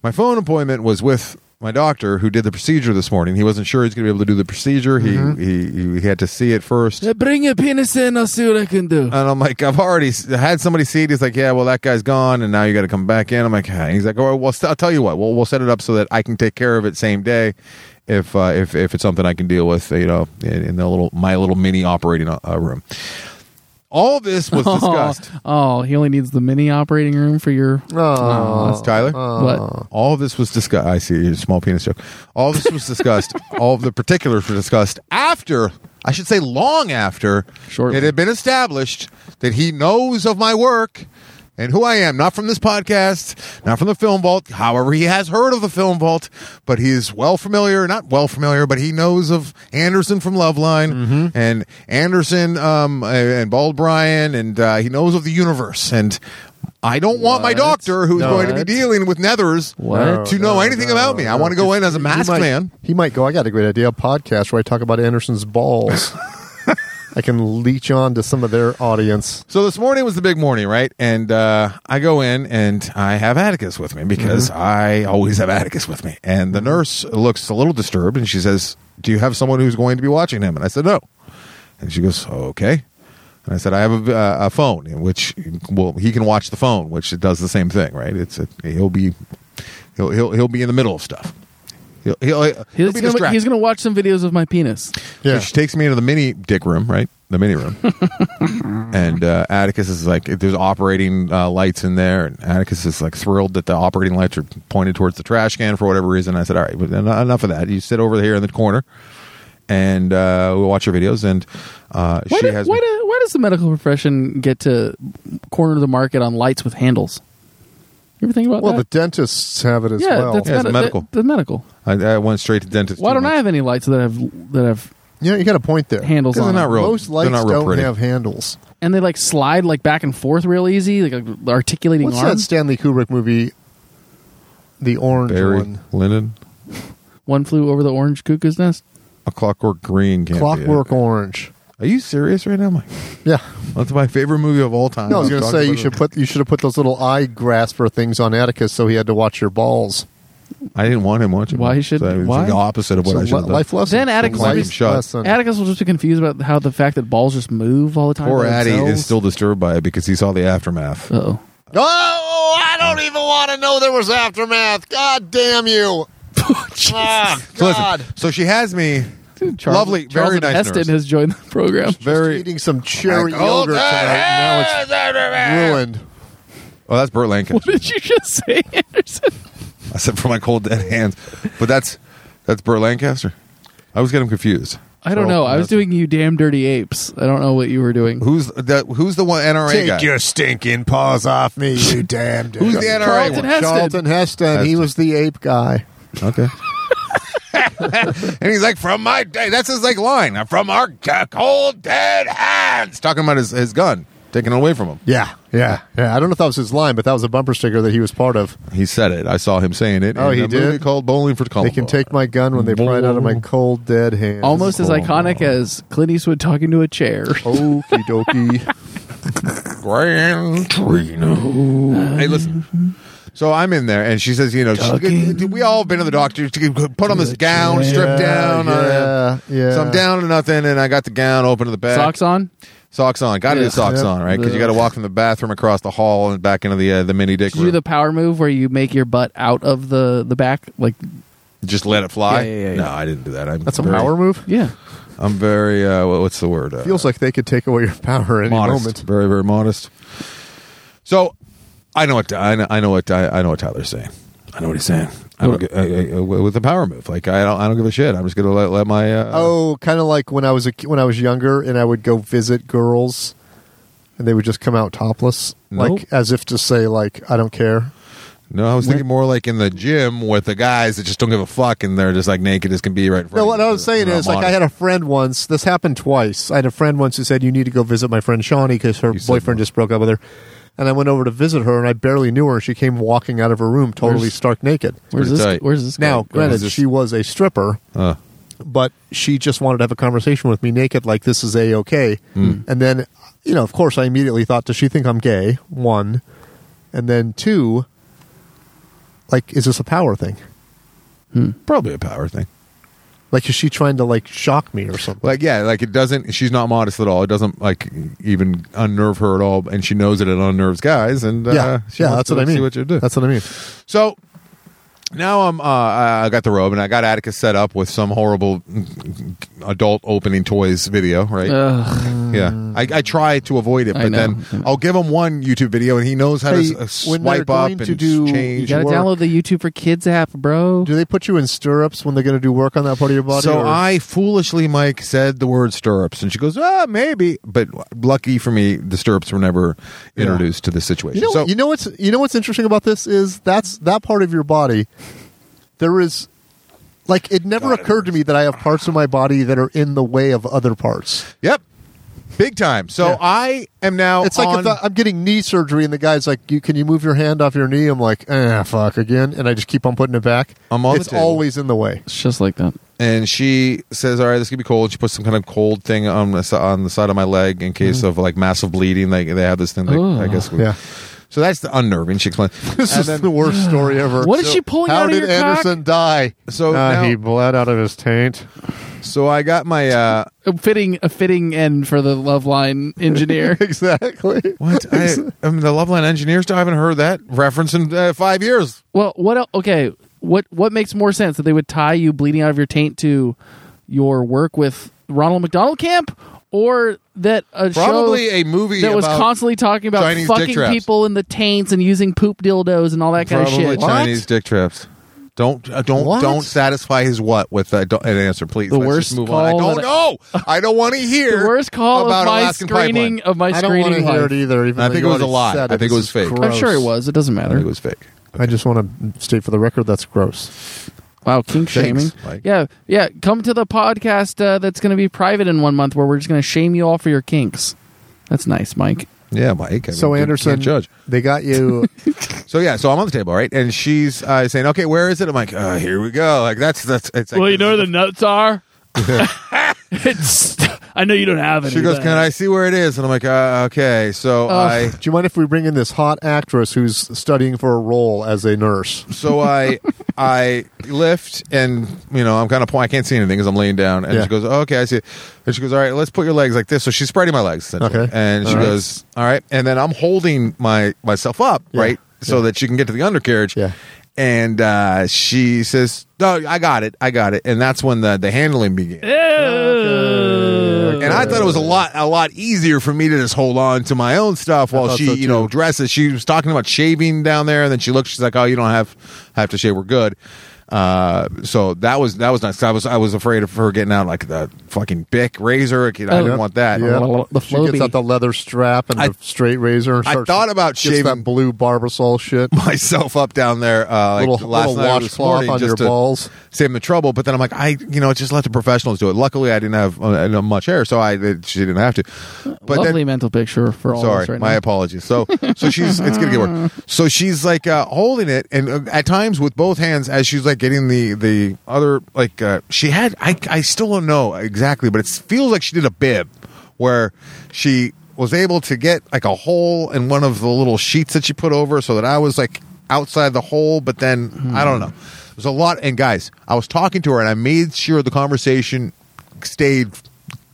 Speaker 4: My phone appointment was with my doctor who did the procedure this morning. He wasn't sure he's going to be able to do the procedure. He, he he had to see it first.
Speaker 3: bring your penis in. I'll see what I can do.
Speaker 4: And I'm like, I've already s- had somebody see it. He's like, yeah, well, that guy's gone, and now you got to come back in. I'm like, ah. he's like, all right, well, st- I'll tell you what, we'll we'll set it up so that I can take care of it same day, if uh, if if it's something I can deal with, you know, in, in the little my little mini operating uh, uh, room. All this was discussed.
Speaker 3: Oh, he only needs the mini operating room for your.
Speaker 5: Oh,
Speaker 3: that's-
Speaker 4: Tyler,
Speaker 3: What?
Speaker 4: all of this was discussed. I see your small penis joke. All of this was discussed. all of the particulars were discussed after I should say long after
Speaker 3: Shortly.
Speaker 4: it had been established that he knows of my work and who I am, not from this podcast, not from the Film Vault. However, he has heard of the Film Vault, but he is well familiar, not well familiar, but he knows of Anderson from Loveline
Speaker 3: Mm-hmm.
Speaker 4: and Anderson um, and Bald Brian, and uh, he knows of the universe. And I don't want my
Speaker 3: What?
Speaker 4: doctor, who's going to be
Speaker 3: What?
Speaker 4: dealing with nethers,
Speaker 3: What?
Speaker 4: to know anything about me. I want to go in as a masked
Speaker 5: might,
Speaker 4: man.
Speaker 5: He might go. I got a great idea. A podcast where I talk about Anderson's balls. I can leech on to some of their audience.
Speaker 4: So this morning was the big morning, right? And uh, I go in and I have Atticus with me because I always have Atticus with me. And the nurse looks a little disturbed and she says, Do you have someone who's going to be watching him? And I said, No. And she goes, Okay. And I said, I have a, uh, a phone in which, well, he can watch the phone, which it does the same thing, right? It's a, he'll be he'll, he'll he'll be in the middle of stuff. He'll, he'll, he'll
Speaker 3: He's
Speaker 4: be
Speaker 3: gonna,
Speaker 4: distracted.
Speaker 3: he's gonna watch some videos of my penis.
Speaker 4: So
Speaker 5: Yeah.
Speaker 4: she takes me into the mini dick room, right? The mini room. and uh, Atticus is like, there's operating uh, lights in there. And Atticus is like thrilled that the operating lights are pointed towards the trash can for whatever reason. I said, all right, but en- enough of that. You sit over here in the corner and uh, we'll watch your videos. And uh,
Speaker 3: Why,
Speaker 4: she
Speaker 3: do-
Speaker 4: has.
Speaker 3: why, do- why does the medical profession get to corner the market on lights with handles? You ever think about
Speaker 5: Well, the
Speaker 3: that?
Speaker 5: dentists have it as
Speaker 3: yeah,
Speaker 5: well.
Speaker 3: that's
Speaker 4: Yeah, it's
Speaker 3: medi-
Speaker 4: medical.
Speaker 3: that- that's medical.
Speaker 4: I, I went straight to dentist.
Speaker 3: Why
Speaker 4: too,
Speaker 3: don't I
Speaker 4: like,
Speaker 3: have any lights that have that have
Speaker 5: yeah, you got a point there.
Speaker 3: handles
Speaker 4: 'Cause
Speaker 3: on?
Speaker 4: they're not
Speaker 3: them?
Speaker 4: real-
Speaker 5: Most
Speaker 4: they're
Speaker 5: lights
Speaker 4: not real
Speaker 5: don't
Speaker 4: pretty.
Speaker 5: have handles.
Speaker 3: and they like slide like back and forth real easy, like, like articulating
Speaker 5: What's that
Speaker 3: arms.
Speaker 5: Stanley Kubrick movie? The orange
Speaker 4: Barry
Speaker 5: one.
Speaker 4: Lennon,
Speaker 3: One flew over the orange cuckoo's nest.
Speaker 4: A Clockwork Green. Can't be it.
Speaker 5: Clockwork Orange.
Speaker 4: Are you serious right now, Mike?
Speaker 5: Yeah.
Speaker 4: That's my favorite movie of all time.
Speaker 5: No, I was
Speaker 4: I'm
Speaker 5: going to
Speaker 4: talking
Speaker 5: say you
Speaker 4: about
Speaker 5: should
Speaker 4: it.
Speaker 5: put you should have put those little eye grasper things on Atticus, so he had to watch your balls.
Speaker 4: I didn't want him watching.
Speaker 3: Why
Speaker 4: it.
Speaker 3: should-
Speaker 4: So it was
Speaker 3: why?
Speaker 4: The opposite of what
Speaker 5: So
Speaker 4: I
Speaker 5: li-
Speaker 4: should have done.
Speaker 5: life lesson.
Speaker 3: Then Atticus
Speaker 5: Life
Speaker 4: would be- Shut.
Speaker 5: lesson.
Speaker 3: Atticus was just too confused about how the fact that balls just move all the time.
Speaker 4: Poor
Speaker 3: by
Speaker 4: Addy
Speaker 3: themselves. Uh,
Speaker 4: is still disturbed by it because he saw the aftermath.
Speaker 3: Uh-oh.
Speaker 5: Oh, I don't even want to know there was aftermath. God damn you! Ah,
Speaker 4: so, listen,
Speaker 5: God.
Speaker 4: so she has me.
Speaker 3: Charles-
Speaker 4: Lovely,
Speaker 3: Charles
Speaker 4: very
Speaker 3: and
Speaker 4: nice
Speaker 3: Heston
Speaker 4: nurse.
Speaker 3: has joined the program.
Speaker 4: Very.
Speaker 5: eating some cherry
Speaker 4: Like, oh,
Speaker 5: yogurt
Speaker 4: that
Speaker 5: tonight. Now it's ruined.
Speaker 4: Oh, that's Burt
Speaker 3: What
Speaker 4: Lancaster.
Speaker 3: did you just say, Anderson?
Speaker 4: I said for my cold dead hands, but that's that's Burt Lancaster. I was getting confused.
Speaker 3: I don't
Speaker 4: Charles
Speaker 3: know. I was
Speaker 4: Heston.
Speaker 3: doing you damn dirty apes. I don't know what you were doing.
Speaker 4: Who's that? Who's the one NRA guy?
Speaker 5: stinking paws off me, you damn.
Speaker 4: Who's the NRA?
Speaker 3: Charlton
Speaker 4: one?
Speaker 3: Heston.
Speaker 5: Charlton Heston. He
Speaker 4: Heston.
Speaker 5: was the ape guy.
Speaker 4: Okay. and he's like, from my day. That's his like line. "I'm From our c- cold dead hands. Talking about his, his gun, taken away from him.
Speaker 5: Yeah, yeah, yeah. I don't know if that was his line, but that was a bumper sticker that he was part of.
Speaker 4: He said it. I saw him saying it.
Speaker 5: Oh,
Speaker 4: in
Speaker 5: he
Speaker 4: a movie
Speaker 5: did?
Speaker 4: called Bowling for Columbine.
Speaker 5: They can take my gun when they pry it out of my cold dead hands.
Speaker 3: Almost as
Speaker 4: Cool.
Speaker 3: iconic as Clint Eastwood talking to a chair.
Speaker 5: Okie dokie.
Speaker 4: Grand Trino. Hey, listen. So I'm in there, and she says, "You know, she,
Speaker 3: Talking.
Speaker 4: we all been to the doctor. She could Put on this gown, strip down. uh,
Speaker 5: Yeah, yeah.
Speaker 4: So I'm down to nothing, and I got the gown open to the back.
Speaker 3: Socks on?
Speaker 4: Socks on. Got to
Speaker 3: Yeah.
Speaker 4: do socks
Speaker 5: Yeah.
Speaker 4: on, right? Because you got to walk from the bathroom across the hall and back into the uh, the mini dick
Speaker 3: Did you do
Speaker 4: room.
Speaker 3: the power move where you make your butt out of the, the back? Like,
Speaker 4: Just let it fly.
Speaker 3: Yeah, yeah, yeah,
Speaker 4: No,
Speaker 3: yeah.
Speaker 4: I didn't do that. I'm
Speaker 5: That's a
Speaker 4: very,
Speaker 5: power move.
Speaker 3: yeah.
Speaker 4: I'm very. Uh, what- what's the word? Uh,
Speaker 5: Feels like they could take away your power any
Speaker 4: modest,
Speaker 5: moment.
Speaker 4: very very modest. So, I know what I know, I know what I, I know what Tyler's saying. I know what he's saying. I don't, gi- I- I- I- with the power move, like I don't I don't give a shit. I'm just gonna let, let my uh,
Speaker 5: Oh, kind of like when I was a, ki- when I was younger, and I would go visit girls, and they would just come out topless,
Speaker 4: Nope.
Speaker 5: like as if to say, like I don't care.
Speaker 4: no. I was thinking more like in the gym with the guys that just don't give a fuck and they're just like naked as can be right. in front
Speaker 5: No,
Speaker 4: of
Speaker 5: what
Speaker 4: you.
Speaker 5: I was saying
Speaker 4: They're
Speaker 5: is,
Speaker 4: not
Speaker 5: like, I had a friend once. This happened twice. I had a friend once who said, "You need to go visit my friend Shawnee because her
Speaker 4: You said
Speaker 5: boyfriend
Speaker 4: that.
Speaker 5: just broke up with her." And I went over to visit her, and I barely knew her. She came walking out of her room totally
Speaker 3: Where's-
Speaker 5: stark naked.
Speaker 3: Where's
Speaker 4: pretty
Speaker 3: this?
Speaker 4: tight.
Speaker 3: Where's this?
Speaker 5: Now,
Speaker 3: going?
Speaker 5: granted,
Speaker 4: this-
Speaker 5: she was a stripper,
Speaker 4: modest. Uh,
Speaker 5: but she just wanted to have a conversation with me naked, like this is a okay.
Speaker 4: Hmm.
Speaker 5: And then, you know, of course, I immediately thought, does she think I'm gay? One, and then two, like, is this a power thing?
Speaker 4: probably a power thing.
Speaker 5: Like, is she trying to like shock me or something?
Speaker 4: Like yeah, like it doesn't. She's not modest at all. It doesn't like even unnerve her at all, and she knows that it unnerves guys. And uh,
Speaker 5: yeah,
Speaker 4: she
Speaker 5: yeah,
Speaker 4: wants
Speaker 5: that's
Speaker 4: to
Speaker 5: what I mean.
Speaker 4: See what you do.
Speaker 5: That's what I mean.
Speaker 4: So now I'm uh, I I got the robe and I got Atticus set up with some horrible adult opening toys video, right?
Speaker 3: Ugh.
Speaker 4: yeah, I, I try to avoid it,
Speaker 3: I
Speaker 4: but
Speaker 3: know.
Speaker 4: then I'll give him one YouTube video and he knows how
Speaker 5: Hey,
Speaker 4: to s- uh,
Speaker 5: when they're
Speaker 4: swipe up
Speaker 5: going
Speaker 4: and
Speaker 5: to do-
Speaker 3: You
Speaker 4: change.
Speaker 3: gotta
Speaker 5: Work.
Speaker 3: download the YouTube for Kids app, bro.
Speaker 5: Do they put you in stirrups when they're going to do work on that part of your body?
Speaker 4: So
Speaker 5: or-
Speaker 4: I foolishly, Mike, said the word stirrups, and she goes, "Ah, maybe." But lucky for me, the stirrups were never introduced to this situation.
Speaker 5: You know,
Speaker 4: so
Speaker 5: you know what's you know what's interesting about this is that's that part of your body. There is, like, it never occurred to me that I have parts of my body that are in the way of other parts.
Speaker 4: Yep. Big time. So
Speaker 5: Yeah.
Speaker 4: I am now.
Speaker 5: It's like
Speaker 4: Oh, on-
Speaker 5: if I- I'm getting knee surgery and the guy's like, you, "Can you move your hand off your knee?" I'm like, "Ah, fuck again," and I just keep on putting it back.
Speaker 4: I'm on the
Speaker 5: it's
Speaker 4: table.
Speaker 5: always in the way.
Speaker 3: It's just like that.
Speaker 4: and she says, "All right, this could be cold." She puts some kind of cold thing on the, si- on the side of my leg in case
Speaker 3: Mm.
Speaker 4: of like massive bleeding. Like they have this thing. Like,
Speaker 3: Ugh.
Speaker 4: I guess. we-
Speaker 5: Yeah,
Speaker 4: So that's the unnerving. She explained.
Speaker 5: this is the worst story ever.
Speaker 3: What is she pulling
Speaker 5: How
Speaker 3: out of
Speaker 5: did
Speaker 3: your
Speaker 5: Anderson die?
Speaker 4: So
Speaker 5: Uh,
Speaker 4: now-
Speaker 5: he bled out of his taint.
Speaker 4: So I got my. uh
Speaker 3: cock? A fitting, a fitting end for the love line engineer.
Speaker 5: Exactly.
Speaker 4: What? I, I mean, the Loveland engineers. I haven't heard that reference in uh, five years.
Speaker 3: well, what? el- Okay, what? What makes more sense that they would tie you bleeding out of your taint to your work with Ronald McDonald Camp, or that a
Speaker 4: Probably
Speaker 3: show
Speaker 4: a movie
Speaker 3: that was
Speaker 4: about-
Speaker 3: constantly talking about
Speaker 4: Chinese dick
Speaker 3: fucking
Speaker 4: traps.
Speaker 3: people in the taints and using poop dildos and all that kind
Speaker 4: Probably
Speaker 3: of shit.
Speaker 4: Chinese dick traps. Don't uh, don't
Speaker 5: What?
Speaker 4: don't satisfy his what with uh, don't- an answer, please.
Speaker 3: The
Speaker 4: Let's
Speaker 3: worst
Speaker 4: just move on. I
Speaker 3: call
Speaker 4: don't
Speaker 3: that-
Speaker 4: know. I don't want to hear
Speaker 3: The worst call
Speaker 4: about
Speaker 3: of my
Speaker 4: Alaskan
Speaker 3: screening
Speaker 4: Pipeline.
Speaker 3: of my
Speaker 5: I don't
Speaker 3: screening.
Speaker 5: want to hear
Speaker 3: life.
Speaker 5: it either. Even
Speaker 4: I
Speaker 5: though
Speaker 4: think
Speaker 5: you
Speaker 4: it was a
Speaker 5: already
Speaker 4: lie.
Speaker 5: said
Speaker 4: I think it
Speaker 5: This
Speaker 4: was
Speaker 5: is
Speaker 4: fake. I'm
Speaker 3: I'm sure it
Speaker 5: gross.
Speaker 3: was. It doesn't matter.
Speaker 4: I think it was fake.
Speaker 5: I just want to state for the record that's gross.
Speaker 3: Wow, kink shaming.
Speaker 4: Mike.
Speaker 3: Yeah, yeah. Come to the podcast uh, that's going to be private in one month, where we're just going to shame you all for your kinks. That's nice, Mike.
Speaker 4: Yeah, Mike. I
Speaker 5: So
Speaker 4: mean,
Speaker 5: Anderson,
Speaker 4: can't judge.
Speaker 5: they got you.
Speaker 4: So yeah, so I'm on the table, right? And she's uh, saying, "Okay, where is it?" I'm like, uh, "Here we go." Like that's that's. It's like,
Speaker 3: the nuts are. it's. I know you don't have it.
Speaker 4: She goes, "Can I see where it is?" And I'm like, uh, "Okay." So I
Speaker 5: do you mind if we bring in this hot actress who's studying for a role as a nurse?
Speaker 4: so I I lift and you know I'm kind of I can't see anything because I'm laying down. And
Speaker 5: Yeah.
Speaker 4: she goes, oh, "Okay, I see." It. And she goes, "All right, let's put your legs like this." So she's spreading my legs. essentially.
Speaker 5: Okay.
Speaker 4: And she
Speaker 5: All right.
Speaker 4: goes, "All right," and then I'm holding my myself up
Speaker 5: Yeah.
Speaker 4: right so that she can get to the undercarriage.
Speaker 5: Yeah.
Speaker 4: And uh, she says, "No, I got it, I got it." And that's when the the handling began. And I thought it was a lot a lot easier for me to just hold on to my own stuff while
Speaker 5: thought
Speaker 4: she,
Speaker 5: so,
Speaker 4: you know,
Speaker 5: too.
Speaker 4: dresses. She was talking about shaving down there, and then she looked. She's like, "Oh, you don't have have to shave. We're good." Uh, so that was that was nice. I was I was afraid of her getting out like the fucking Bic razor. I didn't
Speaker 3: Oh.
Speaker 4: want that.
Speaker 5: Yeah.
Speaker 3: The
Speaker 5: she gets
Speaker 3: Flowbee.
Speaker 5: out the leather strap and
Speaker 4: I-
Speaker 5: the straight razor. And
Speaker 4: I
Speaker 5: starts-
Speaker 4: thought about
Speaker 5: gets
Speaker 4: shaving-
Speaker 5: that blue barbasol shit.
Speaker 4: Myself up down there, uh, like
Speaker 5: little
Speaker 4: last
Speaker 5: little
Speaker 4: night or this
Speaker 5: washcloth
Speaker 4: morning,
Speaker 5: on
Speaker 4: just
Speaker 5: your
Speaker 4: to
Speaker 5: balls.
Speaker 4: save them the trouble. But then I'm like, I, you know, just let the professionals do it. Luckily, I didn't have uh, not much hair, so I she didn't have to. But
Speaker 3: Lovely
Speaker 4: then,
Speaker 3: mental picture for all of
Speaker 4: Sorry,
Speaker 3: us right
Speaker 4: my
Speaker 3: now.
Speaker 4: apologies. So, so she's it's gonna get worse. So she's like uh, holding it, and uh, at times with both hands as she's like getting the the other like uh, she had. I I still don't know exactly, but it feels like she did a bib where she was able to get like a hole in one of the little sheets that she put over, so that I was like outside the hole, but then I don't know. There's a lot, and guys, I was talking to her, and I made sure the conversation stayed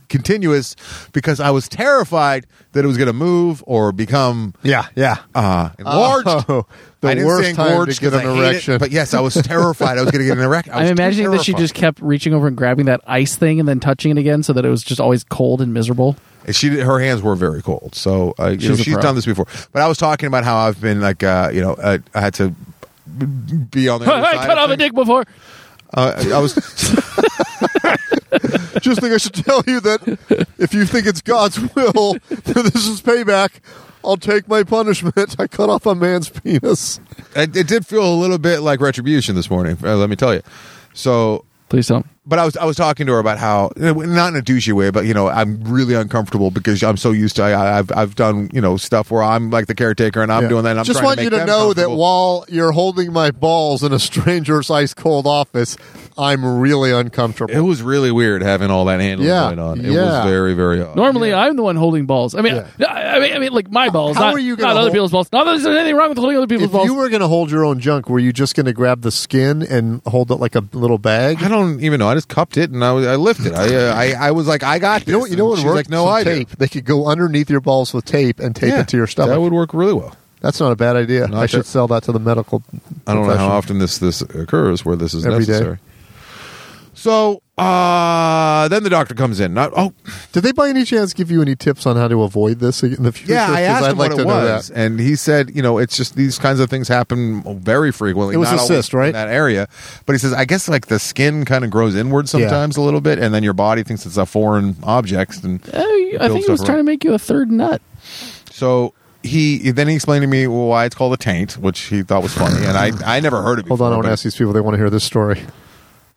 Speaker 4: continuous because I was terrified that it was going to move or become
Speaker 5: Yeah, yeah.
Speaker 4: uh, enlarged.
Speaker 5: Oh, the
Speaker 4: I didn't
Speaker 5: worst
Speaker 4: say
Speaker 5: time to
Speaker 4: engorged
Speaker 5: get
Speaker 4: 'cause
Speaker 5: an
Speaker 4: I hate it,
Speaker 5: erection.
Speaker 4: but yes, I was terrified I was going to get an erection. I
Speaker 3: I'm
Speaker 4: was
Speaker 3: imagining that she
Speaker 4: terrified.
Speaker 3: just kept reaching over and grabbing that ice thing and then touching it again, so that it was just always cold and miserable.
Speaker 4: And she her hands were very cold so uh, you
Speaker 3: She's
Speaker 4: know,
Speaker 3: a
Speaker 4: she's
Speaker 3: pro.
Speaker 4: done this before but i was talking about how i've been like uh, you know uh, i had to be on the other
Speaker 3: I
Speaker 4: side
Speaker 3: cut
Speaker 4: of
Speaker 3: off a
Speaker 4: things.
Speaker 3: dick before.
Speaker 4: uh, i was
Speaker 5: Just think I should tell you that if you think it's God's will that this is payback, I'll take my punishment. I cut off a man's penis.
Speaker 4: it, it did feel a little bit like retribution this morning uh, let me tell you so
Speaker 3: Please don't.
Speaker 4: but I was I was talking to her about how not in a douchey way, but you know I'm really uncomfortable because I'm so used to I, I've I've done you know stuff where I'm like the caretaker and I'm
Speaker 5: Yeah.
Speaker 4: doing that. And I'm
Speaker 5: Just
Speaker 4: trying
Speaker 5: want
Speaker 4: to
Speaker 5: you
Speaker 4: make
Speaker 5: to
Speaker 4: them
Speaker 5: know that
Speaker 4: comfortable.
Speaker 5: while you're holding my balls in a stranger's ice cold office, I'm really uncomfortable.
Speaker 4: it was really weird having all that handling
Speaker 5: Yeah.
Speaker 4: going on. It
Speaker 5: Yeah.
Speaker 4: was very very odd.
Speaker 3: Normally, I'm the one holding balls. I mean, I, I mean, I mean, like my balls.
Speaker 5: how
Speaker 3: not,
Speaker 5: are you
Speaker 3: not
Speaker 5: gonna
Speaker 3: other
Speaker 5: hold-
Speaker 3: people's balls? Not that there's anything wrong with holding other people's
Speaker 5: if
Speaker 3: balls.
Speaker 5: you were going to hold your own junk, were you just going to grab the skin and hold it like a little bag?
Speaker 4: I don't even know. I just cupped it and I was, I lifted. I, uh, I I was like I got this.
Speaker 5: You know, you know
Speaker 4: And
Speaker 5: what
Speaker 4: She's
Speaker 5: works?
Speaker 4: like no
Speaker 5: Some
Speaker 4: I do.
Speaker 5: tape. They could go underneath your balls with tape and tape
Speaker 4: Yeah,
Speaker 5: it to your stomach.
Speaker 4: That would work really well.
Speaker 5: That's not a bad idea.
Speaker 4: Not
Speaker 5: I should
Speaker 4: that-
Speaker 5: sell that to the medical.
Speaker 4: I don't know
Speaker 5: profession.
Speaker 4: how often this this occurs where this is
Speaker 5: Every day.
Speaker 4: necessary. So uh, then the doctor comes in. Not oh
Speaker 5: Did they by any chance give you any tips on how to avoid this in the future?
Speaker 4: yeah, I
Speaker 5: 'Cause
Speaker 4: asked
Speaker 5: I'd
Speaker 4: him
Speaker 5: like
Speaker 4: what
Speaker 5: to
Speaker 4: it
Speaker 5: know
Speaker 4: was,
Speaker 5: that.
Speaker 4: and he said, you know, it's just these kinds of things happen very frequently.
Speaker 5: It was
Speaker 4: not
Speaker 5: a
Speaker 4: always
Speaker 5: cyst,
Speaker 4: in
Speaker 5: right?
Speaker 4: that area, but he says, I guess like the skin kind of grows inward sometimes a little bit, and then your body thinks it's a foreign object, and
Speaker 3: Oh, I
Speaker 4: builds
Speaker 3: think he was
Speaker 4: up
Speaker 3: trying to
Speaker 4: around.
Speaker 3: make you a third nut.
Speaker 4: So he then he explained to me why it's called a taint, which he thought was funny, and I I never heard it. Before,
Speaker 5: Hold on, I want
Speaker 4: but
Speaker 5: to ask these people. They want to hear this story.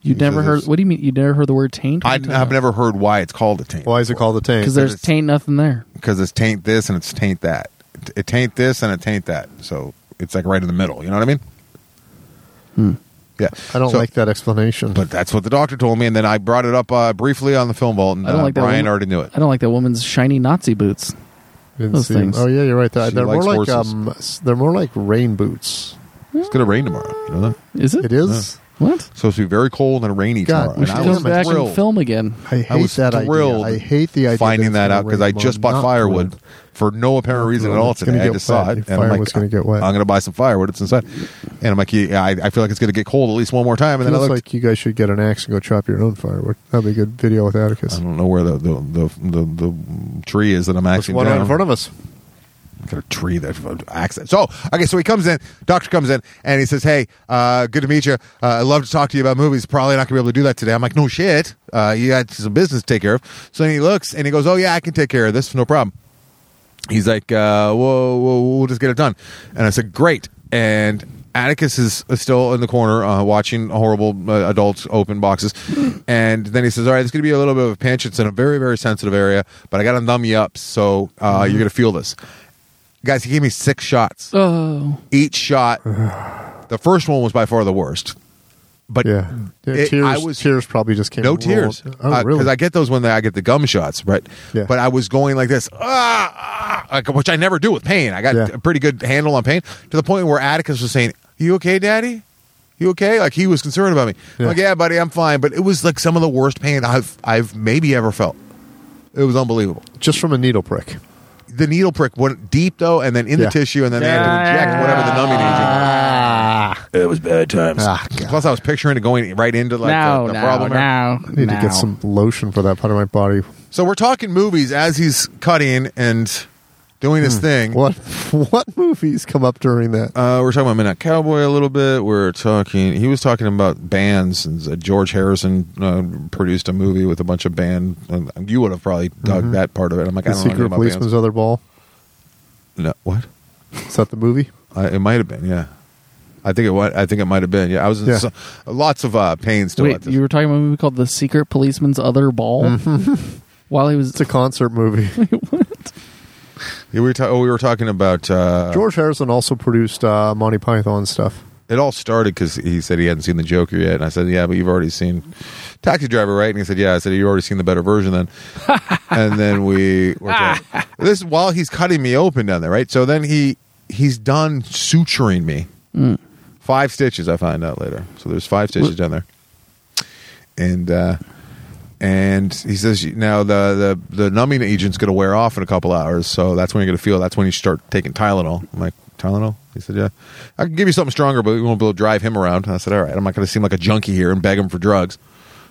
Speaker 3: You never
Speaker 4: says
Speaker 3: heard.
Speaker 4: it's-
Speaker 3: What do you mean? You never heard the word taint?
Speaker 4: I, I've never heard why it's called a taint.
Speaker 5: Why is it called the tank?
Speaker 3: Because there's
Speaker 4: it's-
Speaker 3: taint nothing there.
Speaker 4: Because it's taint this and it's taint that. It- It taint this and it taint that. So it's like right in the middle. You know what I mean? Yeah,
Speaker 5: Hmm. I don't
Speaker 4: So-
Speaker 5: like that explanation.
Speaker 4: But that's what the doctor told me, and then I brought it up uh, briefly on the film vault, and
Speaker 3: I don't
Speaker 4: uh,
Speaker 3: like that
Speaker 4: Brian
Speaker 3: woman-
Speaker 4: already knew it.
Speaker 3: I don't like that woman's shiny Nazi boots.
Speaker 5: Didn't
Speaker 3: those
Speaker 5: see them.
Speaker 3: things.
Speaker 5: Oh yeah, you're right. They're,
Speaker 4: She
Speaker 5: they're more
Speaker 4: likes
Speaker 5: like
Speaker 4: horses.
Speaker 5: um, s- they're more like rain boots.
Speaker 4: It's gonna rain tomorrow. You know that?
Speaker 3: Is it?
Speaker 5: It is.
Speaker 3: What?
Speaker 4: So it's gonna be very cold and rainy
Speaker 5: God, we
Speaker 4: tomorrow.
Speaker 3: We
Speaker 4: and
Speaker 3: should
Speaker 4: I
Speaker 3: go
Speaker 4: was
Speaker 3: back
Speaker 4: thrilled.
Speaker 3: and film again.
Speaker 5: I hate
Speaker 4: I was
Speaker 5: that
Speaker 4: thrilled.
Speaker 5: idea. I hate the idea
Speaker 4: finding
Speaker 5: that,
Speaker 4: that out because I just bought firewood for no apparent reason at
Speaker 5: thrilled.
Speaker 4: all
Speaker 5: It's gonna
Speaker 4: today. I
Speaker 5: get
Speaker 4: just
Speaker 5: wet.
Speaker 4: saw it,
Speaker 5: Your
Speaker 4: and I'm like,
Speaker 5: firewood's gonna get wet.
Speaker 4: I'm gonna buy some firewood. It's inside, and I'm like, yeah, I, I feel like it's gonna get cold at least one more time. And
Speaker 5: It
Speaker 4: then I
Speaker 5: looks
Speaker 4: looked,
Speaker 5: like you guys should get an axe and go chop your own firewood. That'd be a good video with Atticus.
Speaker 4: I don't know where the the, the the the tree is that I'm
Speaker 5: There's
Speaker 4: actually
Speaker 5: one right
Speaker 4: down.
Speaker 5: in front of us.
Speaker 4: got a tree that accent. So okay, so he comes in, doctor comes in, and he says, "Hey, uh, good to meet you. Uh, I'd love to talk to you about movies. Probably not gonna be able to do that today." I'm like, "No shit. Uh, you got some business to take care of." So then he looks and he goes, "Oh yeah, I can take care of this. No problem." He's like, uh, whoa, whoa, we'll just get it done. And I said, great. And Atticus is still in the corner uh, watching horrible uh, adult open boxes. And then he says, all right, there's going to be a little bit of a pinch. It's in a very, very sensitive area, but I got to numb you up. So uh, you're going to feel this. Guys, he gave me six shots.
Speaker 3: Oh,
Speaker 4: Each shot, the first one was by far the worst. But
Speaker 5: Yeah, Yeah,
Speaker 4: It-
Speaker 5: tears.
Speaker 4: I was-
Speaker 5: tears probably just came.
Speaker 4: no
Speaker 5: rolled.
Speaker 4: tears.
Speaker 5: Oh
Speaker 4: Uh,
Speaker 5: really?
Speaker 4: I get those when I get the gum shots, right?
Speaker 5: Yeah.
Speaker 4: But I was going like this, ah, ah," like, which I never do with pain. I got
Speaker 5: Yeah.
Speaker 4: a pretty good handle on pain to the point where Atticus was saying, "You okay, Daddy? You okay?" Like he was concerned about me. I'm
Speaker 5: Yeah.
Speaker 4: Like, yeah, buddy, I'm fine. But it was like some of the worst pain I've I've maybe ever felt. It was unbelievable.
Speaker 5: just from a needle prick.
Speaker 4: The needle prick went deep though, and then in
Speaker 5: Yeah.
Speaker 4: the tissue, and then they had to inject whatever the numbing agent.
Speaker 5: Ah, God.
Speaker 4: Plus, I was picturing it going right into like
Speaker 3: now,
Speaker 4: the, the
Speaker 3: now,
Speaker 4: problem. area.
Speaker 3: now,
Speaker 5: I need to
Speaker 3: now.
Speaker 5: get some lotion for that part of my body.
Speaker 4: So we're talking movies as he's cutting and doing his thing.
Speaker 5: Hmm. What what movies come up during that?
Speaker 4: Uh, we're talking about Midnight Cowboy a little bit. We're talking. He was talking about bands. And uh, George Harrison uh, produced a movie with a bunch of band. Uh, you would have probably dug that part of it. I'm like, I
Speaker 5: Mm-hmm. the Secret
Speaker 4: don't know anything about
Speaker 5: Policeman's
Speaker 4: bands.
Speaker 5: Other Ball.
Speaker 4: No, what?
Speaker 5: Is that the movie?
Speaker 4: I, it might have been. Yeah, I think it. wa- I think it might have been. Yeah, I was in
Speaker 5: Yeah.
Speaker 4: so- lots of uh, pain still. at
Speaker 3: Wait,
Speaker 4: this.
Speaker 3: you were talking about a movie called The Secret Policeman's Other Ball?
Speaker 4: Mm-hmm.
Speaker 3: While he was
Speaker 5: It's a concert movie.
Speaker 4: You were ta- oh, we were talking about. Uh,
Speaker 5: George Harrison also produced uh, Monty Python stuff.
Speaker 4: it all started because he said he hadn't seen the Joker yet, and I said, "Yeah, but you've already seen Taxi Driver, right?" And he said, "Yeah." I said, "You've already seen the better version, then." and then we were talking- this is while he's cutting me open down there, right? So then he he's done suturing me. Five stitches, I find out later. So there's five stitches down there, and uh, and he says now the the the numbing agent's going to wear off in a couple hours, so that's when you're going to feel. That's when you start taking Tylenol. I'm like Tylenol. He said, "Yeah, I can give you something stronger, but we won't be able to drive him around." And I said, "All right, I'm not going to seem like a junkie here and beg him for drugs."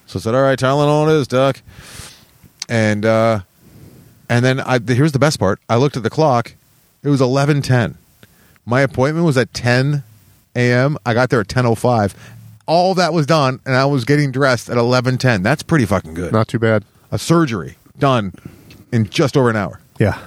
Speaker 4: So I said, "All right, Tylenol it is, Doc." And uh, and then I, here's the best part. I looked at the clock. It was 11:10. My appointment was at 10 a.m. I got there at 10:05. All that was done, and I was getting dressed at 11:10. That's pretty fucking good.
Speaker 5: Not too bad.
Speaker 4: a surgery done in just over an hour
Speaker 5: Yeah.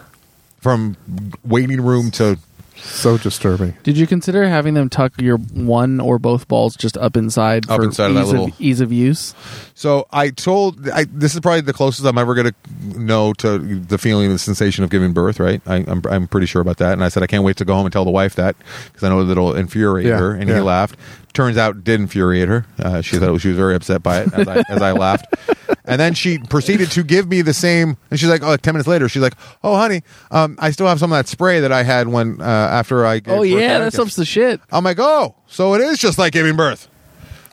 Speaker 4: from waiting room to.
Speaker 5: So disturbing.
Speaker 3: Did you consider having them tuck your one or both balls just up inside
Speaker 4: Up
Speaker 3: for
Speaker 4: inside of
Speaker 3: ease,
Speaker 4: that little-
Speaker 3: ease of use?
Speaker 4: So I told I, this is probably the closest I'm ever going to know to the feeling, the sensation of giving birth. Right? I, I'm I'm pretty sure about that. And I said I can't wait to go home and tell the wife that because I know that it'll infuriate
Speaker 5: Yeah,
Speaker 4: her. And
Speaker 5: yeah.
Speaker 4: he laughed. Turns out, it did infuriate her. Uh, she thought she was very upset by it as I, as I laughed. And then she proceeded to give me the same. And she's like, "Oh, ten minutes later, she's like, "Oh, honey, um, I still have some of that spray that I had when uh, after I." Gave
Speaker 3: oh
Speaker 4: birth to
Speaker 3: yeah, that
Speaker 4: Atticus."
Speaker 3: stuff's the shit.
Speaker 4: I'm like, oh, so it is just like giving birth.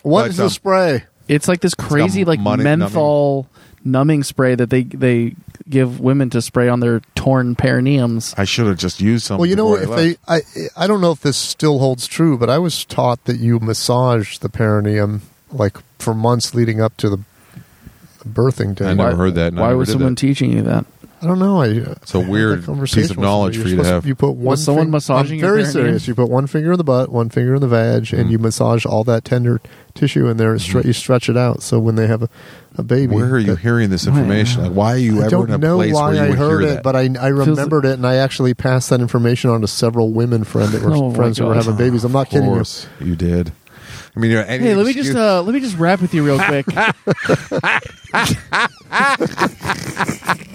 Speaker 5: What
Speaker 4: Like
Speaker 5: is
Speaker 4: some-
Speaker 5: the spray?
Speaker 3: It's like this crazy like
Speaker 4: money-
Speaker 3: menthol numbing. spray that they they give women to spray on their torn perineums.
Speaker 4: I should have just used something.
Speaker 5: Well, you know, if
Speaker 4: um, before I
Speaker 5: they,
Speaker 4: left.
Speaker 5: I, I don't know if this still holds true, but I was taught that you massage the perineum like for months leading up to the birthing day.
Speaker 4: I never heard that. and I
Speaker 3: Why
Speaker 4: never
Speaker 3: was
Speaker 4: did
Speaker 3: someone
Speaker 4: that.
Speaker 3: teaching you that?
Speaker 5: I don't know. I,
Speaker 4: It's a weird piece of knowledge for you to have.
Speaker 5: You put one.
Speaker 3: Was someone
Speaker 5: fing-
Speaker 3: massaging
Speaker 5: I'm
Speaker 3: your
Speaker 5: very
Speaker 3: perineum?
Speaker 5: serious. You put one finger in the butt, one finger in the vag,
Speaker 4: Hmm.
Speaker 5: and you massage all that tender tissue in there. And stre- you stretch it out. So when they have a, a baby,
Speaker 4: Where are you
Speaker 5: that-
Speaker 4: hearing this information? Like, why are you
Speaker 5: I
Speaker 4: ever
Speaker 5: don't
Speaker 4: in a
Speaker 5: know
Speaker 4: place
Speaker 5: why
Speaker 4: where you
Speaker 5: I
Speaker 4: would
Speaker 5: heard
Speaker 4: hear
Speaker 5: it,
Speaker 4: that?
Speaker 5: but I, I remembered it, and I actually passed that information on to several women friend that were
Speaker 3: Oh, my
Speaker 5: friends who were
Speaker 3: God.
Speaker 5: having babies. I'm not
Speaker 4: of
Speaker 5: kidding you.
Speaker 4: course you did. I mean, you know, any
Speaker 3: Hey, let me just
Speaker 4: excuse-
Speaker 3: uh, let me just rap with you real quick.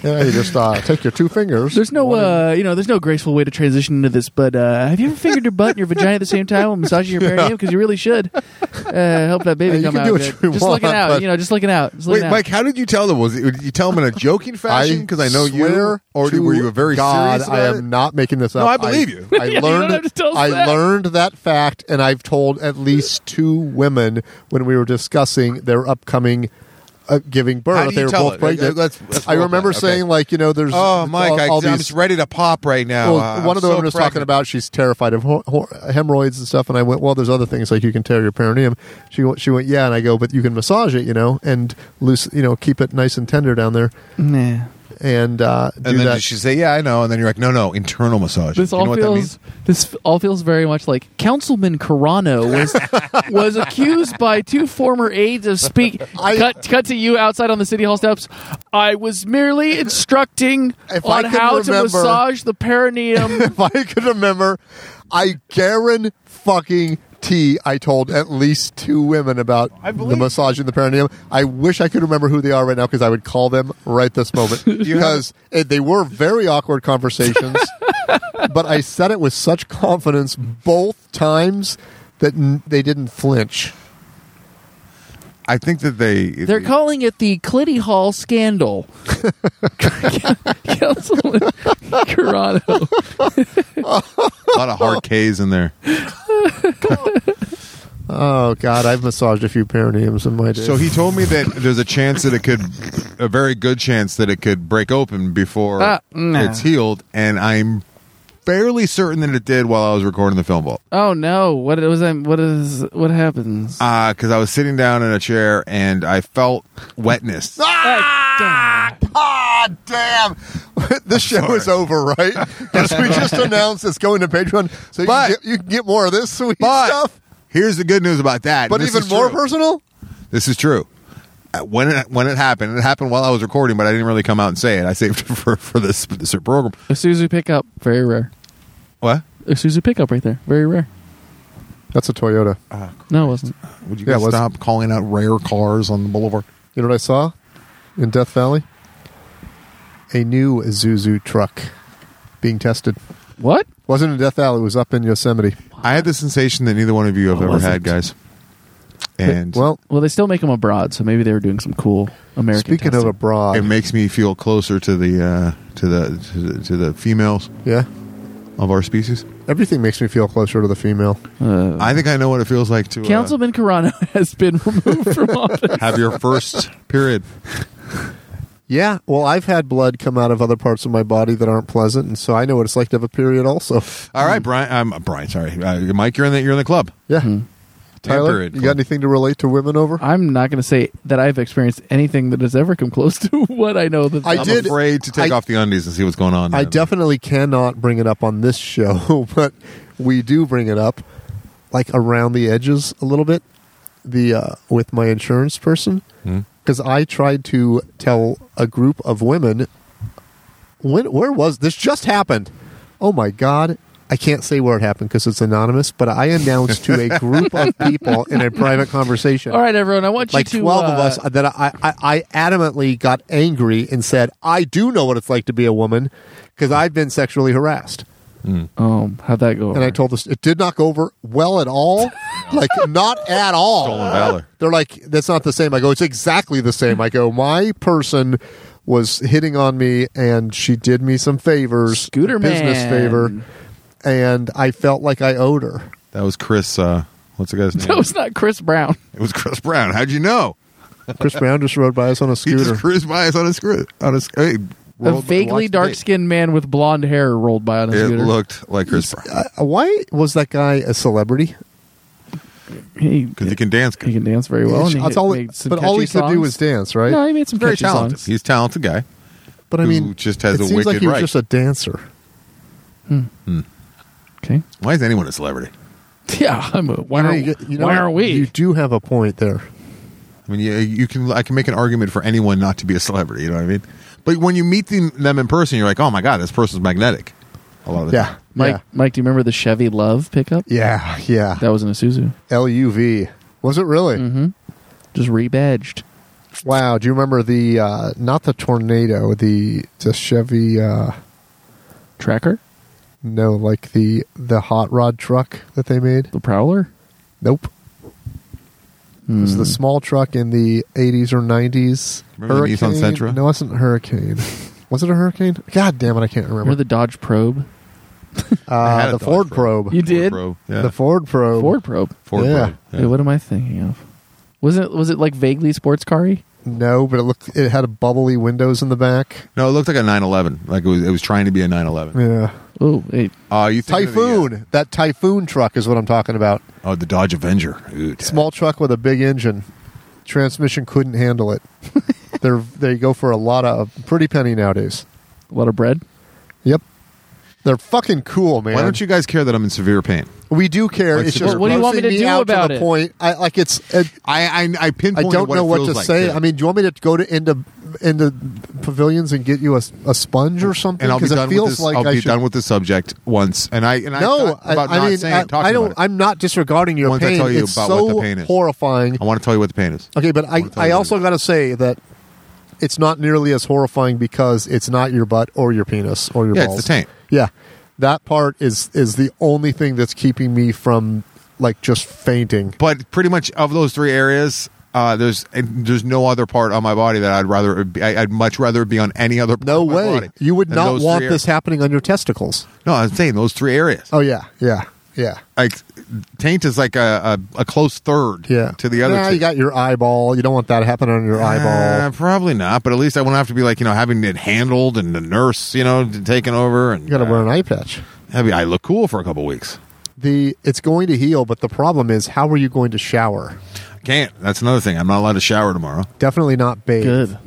Speaker 5: Yeah, you just uh, take your two fingers.
Speaker 3: There's no,
Speaker 5: one in-
Speaker 3: uh, you know, there's no graceful way to transition into this. But uh, have you ever fingered your butt and your vagina at the same time while massaging your perineum? Because you really should uh, help that baby
Speaker 5: Yeah,
Speaker 4: Uh,
Speaker 5: you
Speaker 3: come
Speaker 5: can
Speaker 3: out.
Speaker 5: do what
Speaker 3: good.
Speaker 5: you
Speaker 3: just
Speaker 5: want,
Speaker 3: looking out,
Speaker 5: but-
Speaker 3: you know, just looking out. Just looking
Speaker 4: Wait,
Speaker 3: out.
Speaker 4: Mike, how did you tell them? Was it, did you tell them in a joking fashion? Because I know you,
Speaker 5: swear
Speaker 4: or
Speaker 5: to
Speaker 4: were you very
Speaker 5: God,
Speaker 4: serious?
Speaker 5: I
Speaker 4: about
Speaker 5: am
Speaker 4: it?
Speaker 5: not making this up.
Speaker 4: I believe you.
Speaker 5: I
Speaker 3: Yeah, you don't
Speaker 5: learned.
Speaker 3: have to tell us
Speaker 5: I
Speaker 3: that.
Speaker 5: learned that fact, and I've told at least two women when we were discussing their upcoming. Uh, giving birth,
Speaker 4: How do you
Speaker 5: they were
Speaker 4: tell
Speaker 5: both
Speaker 4: it? uh,
Speaker 5: pregnant.
Speaker 4: Let's- let's
Speaker 5: I
Speaker 4: roll
Speaker 5: remember
Speaker 4: that. Okay.
Speaker 5: saying, like, you know, there's
Speaker 4: Oh, Mike,
Speaker 5: all,
Speaker 4: I,
Speaker 5: all
Speaker 4: I'm
Speaker 5: these
Speaker 4: just ready to pop right now.
Speaker 5: well,
Speaker 4: Uh,
Speaker 5: one of the
Speaker 4: I'm so
Speaker 5: women was talking
Speaker 4: pregnant.
Speaker 5: about she's terrified of hor- hor- hemorrhoids and stuff, and I went, well, there's other things like you can tear your perineum. She went, she went, yeah, and I go, but you can massage it, you know, and loose, you know, keep it nice and tender down there,
Speaker 3: Nah.
Speaker 5: and uh, do
Speaker 4: And then
Speaker 5: that.
Speaker 4: she say, "Yeah, I know." And then you're like, "No, no, internal massage."
Speaker 3: This
Speaker 4: you
Speaker 3: all
Speaker 4: know what that means?
Speaker 3: feels this all feels very much like Councilman Carano was was accused by two former aides of speak.
Speaker 5: I-
Speaker 3: cut cut to you outside on the city hall steps. I was merely instructing
Speaker 5: If I
Speaker 3: on
Speaker 5: can
Speaker 3: how to
Speaker 5: remember-
Speaker 3: massage the perineum.
Speaker 5: if I could remember, I guarantee fucking T I told at least two women about the massage in the perineum. I wish I could remember who they are right now because I would call them right this moment because it, they were very awkward conversations. but I said it with such confidence both times that n- they didn't flinch.
Speaker 4: I think that they
Speaker 3: They're calling it the Clitty Hall scandal. Councilman Carano.
Speaker 4: a lot of hard K's in there.
Speaker 5: Oh God, I've massaged a few perineums in my day.
Speaker 4: So he told me that there's a chance that it could, a very good chance that it could break open before
Speaker 3: Ah,
Speaker 5: Uh,
Speaker 3: nah.
Speaker 4: it's healed, and I'm fairly certain that it did while I was recording the film vault.
Speaker 3: Oh no! What was that? What is? What happens?
Speaker 4: Because Uh, I was sitting down in a chair and I felt wetness.
Speaker 5: Ah, damn! this show is over, right? Because we just announced it's going to Patreon, so you,
Speaker 4: But-
Speaker 5: can, get, you can get more of this sweet
Speaker 4: But
Speaker 5: stuff.
Speaker 4: here's the good news about that.
Speaker 5: But
Speaker 4: and this
Speaker 5: even
Speaker 4: is
Speaker 5: more
Speaker 4: true.
Speaker 5: personal.
Speaker 4: This is true. Uh, When it, when it happened, it happened while I was recording, but I didn't really come out and say it. I saved it for for this this program.
Speaker 3: A Suzu pickup, very rare.
Speaker 4: What?
Speaker 3: A Suzu pickup right there, very rare.
Speaker 5: That's a Toyota.
Speaker 3: No, it wasn't.
Speaker 4: Would you
Speaker 5: Yeah,
Speaker 4: guys
Speaker 5: it was-
Speaker 4: stop calling out rare cars on the boulevard?
Speaker 5: You know what I saw in Death Valley? A new Zuzu truck being tested.
Speaker 3: What?
Speaker 5: Wasn't in Death Valley. It was up in Yosemite.
Speaker 4: I had the sensation that neither one of you have ever
Speaker 3: was
Speaker 4: had,
Speaker 3: it?
Speaker 4: guys. And
Speaker 5: well,
Speaker 3: Well, they still make them abroad, so maybe they were doing some cool American.
Speaker 5: speaking of
Speaker 3: testing.
Speaker 5: abroad,
Speaker 4: it makes me feel closer to the uh, to the to the, to the females
Speaker 5: yeah,
Speaker 4: of our species.
Speaker 5: everything makes me feel closer to the female.
Speaker 3: Uh,
Speaker 4: I think I know what it feels like to uh,
Speaker 3: Councilman Carano has been removed from office.
Speaker 4: have your first period.
Speaker 5: Yeah, well, I've had blood come out of other parts of my body that aren't pleasant, and so I know what it's like to have a period. Also,
Speaker 4: All right, Brian. I'm Brian. Sorry, uh, Mike. You're in the you're in the club.
Speaker 5: yeah. Tyler,
Speaker 4: period
Speaker 5: you
Speaker 4: club.
Speaker 5: got anything to relate to women over?
Speaker 3: I'm not going to say that I've experienced anything that has ever come close to what I know. That
Speaker 5: I
Speaker 4: I'm
Speaker 5: did-
Speaker 4: afraid to take
Speaker 5: I-
Speaker 4: off the undies and see what's going on.
Speaker 5: I
Speaker 4: definitely.
Speaker 5: definitely cannot bring it up on this show, but we do bring it up, like around the edges a little bit, the uh, with my insurance person, because I tried to tell a group of women when where was this just happened? Oh my god. I can't say where it happened because it's anonymous, but I announced to a group of people in a private conversation.
Speaker 3: All right, everyone. I want
Speaker 5: like
Speaker 3: you to
Speaker 5: 12 of
Speaker 3: uh,
Speaker 5: us that I, I, I adamantly got angry and said, I do know what it's like to be a woman because I've been sexually harassed.
Speaker 3: Oh, how'd that go?
Speaker 5: And I told this, it did not go over well at all. like, not at all.
Speaker 4: Stolen valor.
Speaker 5: They're like, that's not the same. I go, it's exactly the same. I go, my person was hitting on me and she did me some favors,
Speaker 3: Scooter
Speaker 5: business
Speaker 3: man.
Speaker 5: favor, and I felt like I owed her.
Speaker 4: That was Chris. Uh, what's the guy's name?
Speaker 3: that was not Chris Brown.
Speaker 4: it was Chris Brown. How'd you know?
Speaker 5: Chris Brown just rode by us on a
Speaker 4: He
Speaker 5: scooter.
Speaker 4: just cruised by us on a screw. On a sc- hey,
Speaker 3: a
Speaker 4: rolled-
Speaker 3: vaguely
Speaker 4: watched the
Speaker 3: dark skinned man with blonde hair rolled by on a
Speaker 4: date. It
Speaker 3: scooter.
Speaker 4: looked like Chris Brown
Speaker 5: Uh, why was that guy a celebrity?
Speaker 3: he,
Speaker 4: because he can dance.
Speaker 3: he
Speaker 4: Good.
Speaker 3: can dance very well. and he
Speaker 5: That's all-
Speaker 3: made some
Speaker 5: but all he
Speaker 3: catchy
Speaker 5: could do
Speaker 3: songs.
Speaker 5: was dance, right?
Speaker 3: No, he made some
Speaker 4: Very
Speaker 3: catchy
Speaker 4: talented.
Speaker 3: songs.
Speaker 4: He's a talented guy.
Speaker 5: but I mean,
Speaker 4: who just has
Speaker 5: it
Speaker 4: a
Speaker 5: seems like
Speaker 4: wicked
Speaker 5: he was
Speaker 4: right.
Speaker 5: just a dancer.
Speaker 3: Okay.
Speaker 4: Why is anyone a celebrity?
Speaker 3: Yeah, I'm a, why, are,
Speaker 5: You get- you know
Speaker 3: why
Speaker 5: what?
Speaker 3: are we?
Speaker 5: You do have a point there.
Speaker 4: I mean, yeah, you can. I can make an argument for anyone not to be a celebrity. You know what I mean? But when you meet them, them in person, you're like, oh my god, this person's magnetic. A lot of the
Speaker 5: Yeah,
Speaker 4: time.
Speaker 3: Mike, Mike, do you remember the Chevy Love pickup?
Speaker 5: yeah, yeah, yeah.
Speaker 3: That was an Isuzu.
Speaker 5: LUV was it really?
Speaker 3: Just rebadged. Mm-hmm.
Speaker 5: Wow. Do you remember the uh, not the tornado, the the Chevy? Uh,
Speaker 3: Tracker?
Speaker 5: no, like the the hot rod truck that they made.
Speaker 3: The Prowler? Hmm.
Speaker 5: Nope. It was the
Speaker 3: Mm.
Speaker 5: small truck in the 80s or 90s.
Speaker 4: Remember the Nissan Sentra?
Speaker 5: No, it wasn't Hurricane. was it a Hurricane? God damn it, I can't remember.
Speaker 3: Remember the Dodge Probe?
Speaker 4: I
Speaker 5: uh,
Speaker 4: had
Speaker 5: the
Speaker 4: a Dodge
Speaker 5: Ford
Speaker 4: Probe.
Speaker 5: Probe.
Speaker 3: You did?
Speaker 4: Ford Pro. Yeah.
Speaker 5: The Ford Probe.
Speaker 3: Ford Probe.
Speaker 4: Ford
Speaker 5: Yeah.
Speaker 4: Pro.
Speaker 3: Hey, what am I thinking of? Was it was it like vaguely sports car-y?
Speaker 5: No, but it looked. It had a bubbly windows in the back.
Speaker 4: No, it looked like a 911. Like it was, it was trying to be a 911.
Speaker 5: Yeah.
Speaker 3: Oh, hey,
Speaker 4: Uh, you thinking of the, uh,
Speaker 5: Typhoon. That Typhoon truck is what I'm talking about.
Speaker 4: oh, the Dodge Avenger. Ooh, Dad.
Speaker 5: Small truck with a big engine. Transmission couldn't handle it. They're they go for a lot of pretty penny nowadays.
Speaker 3: a lot of bread.
Speaker 5: Yep. They're fucking cool, man.
Speaker 4: Why don't you guys care that I'm in severe pain?
Speaker 5: We do care.
Speaker 4: Like,
Speaker 5: it's
Speaker 4: Well,
Speaker 5: just
Speaker 3: what do you want me
Speaker 5: grossing
Speaker 3: to do
Speaker 5: out
Speaker 3: about
Speaker 5: to the
Speaker 3: it?
Speaker 5: Point, I like it's. It,
Speaker 4: I I, I
Speaker 5: I
Speaker 4: pinpoint.
Speaker 5: don't know what, to say.
Speaker 4: Yeah.
Speaker 5: I mean, do you want me to go to into into pavilions and get you a, a sponge or something?
Speaker 4: and I'll be
Speaker 5: Because
Speaker 4: done
Speaker 5: it feels
Speaker 4: with this.
Speaker 5: like
Speaker 4: I'll
Speaker 5: I
Speaker 4: be
Speaker 5: should-
Speaker 4: done with the subject once. And I and I
Speaker 5: No,
Speaker 4: thought
Speaker 5: I,
Speaker 4: about
Speaker 5: I
Speaker 4: not
Speaker 5: mean,
Speaker 4: saying
Speaker 5: I,
Speaker 4: it, talking
Speaker 5: I don't.
Speaker 4: about it.
Speaker 5: I'm not disregarding your
Speaker 4: Once I
Speaker 5: pain.
Speaker 4: tell you
Speaker 5: it's
Speaker 4: about
Speaker 5: so
Speaker 4: what the pain is.
Speaker 5: horrifying.
Speaker 4: I want to tell you what the pain is.
Speaker 5: Okay, but I,
Speaker 4: wanna tell
Speaker 5: I
Speaker 4: you
Speaker 5: also
Speaker 4: what
Speaker 5: got to say that it's not nearly as horrifying because it's not your butt or your penis or your
Speaker 4: Yeah, it's
Speaker 5: balls.
Speaker 4: the taint.
Speaker 5: Yeah, that part is is the only thing that's keeping me from like just fainting.
Speaker 4: But pretty much of those three areas, uh, there's and there's no other part on my body that I'd rather. Be, I, I'd much rather be on any other. part
Speaker 5: No
Speaker 4: of my
Speaker 5: way.
Speaker 4: body
Speaker 5: You would
Speaker 4: than
Speaker 5: not
Speaker 4: those
Speaker 5: want
Speaker 4: three
Speaker 5: this
Speaker 4: areas.
Speaker 5: happening on your testicles.
Speaker 4: no, I'm saying those three areas.
Speaker 5: Oh yeah, yeah, yeah,
Speaker 4: Like taint is like a, a, a close third.
Speaker 5: yeah.
Speaker 4: To the other.
Speaker 5: Nah,
Speaker 4: two.
Speaker 5: you got your eyeball. You don't want that happening on your
Speaker 4: Uh,
Speaker 5: eyeball.
Speaker 4: probably not, but at least I won't have to be like, you know, having it handled and the nurse, you know, t- taking over and
Speaker 5: You got to
Speaker 4: uh,
Speaker 5: wear an eye patch.
Speaker 4: I mean, I look cool for a couple weeks.
Speaker 5: The it's going to heal, but the problem is, how are you going to shower?
Speaker 4: Can't. That's another thing. I'm not allowed to shower tomorrow.
Speaker 5: Definitely not bathe.
Speaker 3: Good.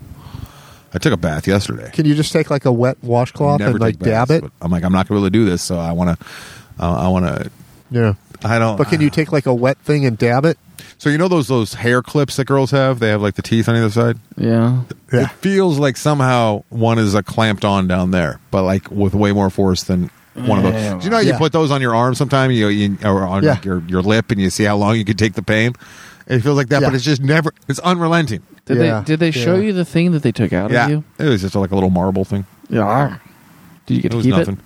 Speaker 4: I took a bath yesterday.
Speaker 5: Can you just take like a wet washcloth
Speaker 4: Never
Speaker 5: and like
Speaker 4: take baths,
Speaker 5: dab it?
Speaker 4: but I'm like, I'm not going to be able to do this, so I want to. Uh, I want to.
Speaker 5: Yeah.
Speaker 4: I don't. uh,
Speaker 5: But can you take like a wet thing and dab it?
Speaker 4: So you know those those hair clips that girls have? They have like the teeth on either side.
Speaker 3: Yeah.
Speaker 5: Yeah.
Speaker 4: It feels like somehow one is uh, clamped on down there, but like with way more force than one of those. Do you know how you
Speaker 5: Yeah.
Speaker 4: put those on your arm sometime? You, you or on
Speaker 5: Yeah.
Speaker 4: your your lip, and you see how long you can take the pain. It feels like that,
Speaker 5: Yeah.
Speaker 4: but it's just never. It's unrelenting.
Speaker 3: Did
Speaker 5: Yeah,
Speaker 3: they did they show
Speaker 5: yeah.
Speaker 3: you the thing that they took out
Speaker 4: yeah,
Speaker 3: of you?
Speaker 4: it was just like a little marble thing.
Speaker 3: Yeah. Did you get
Speaker 4: It
Speaker 3: to
Speaker 4: was
Speaker 3: keep
Speaker 4: nothing.
Speaker 3: it?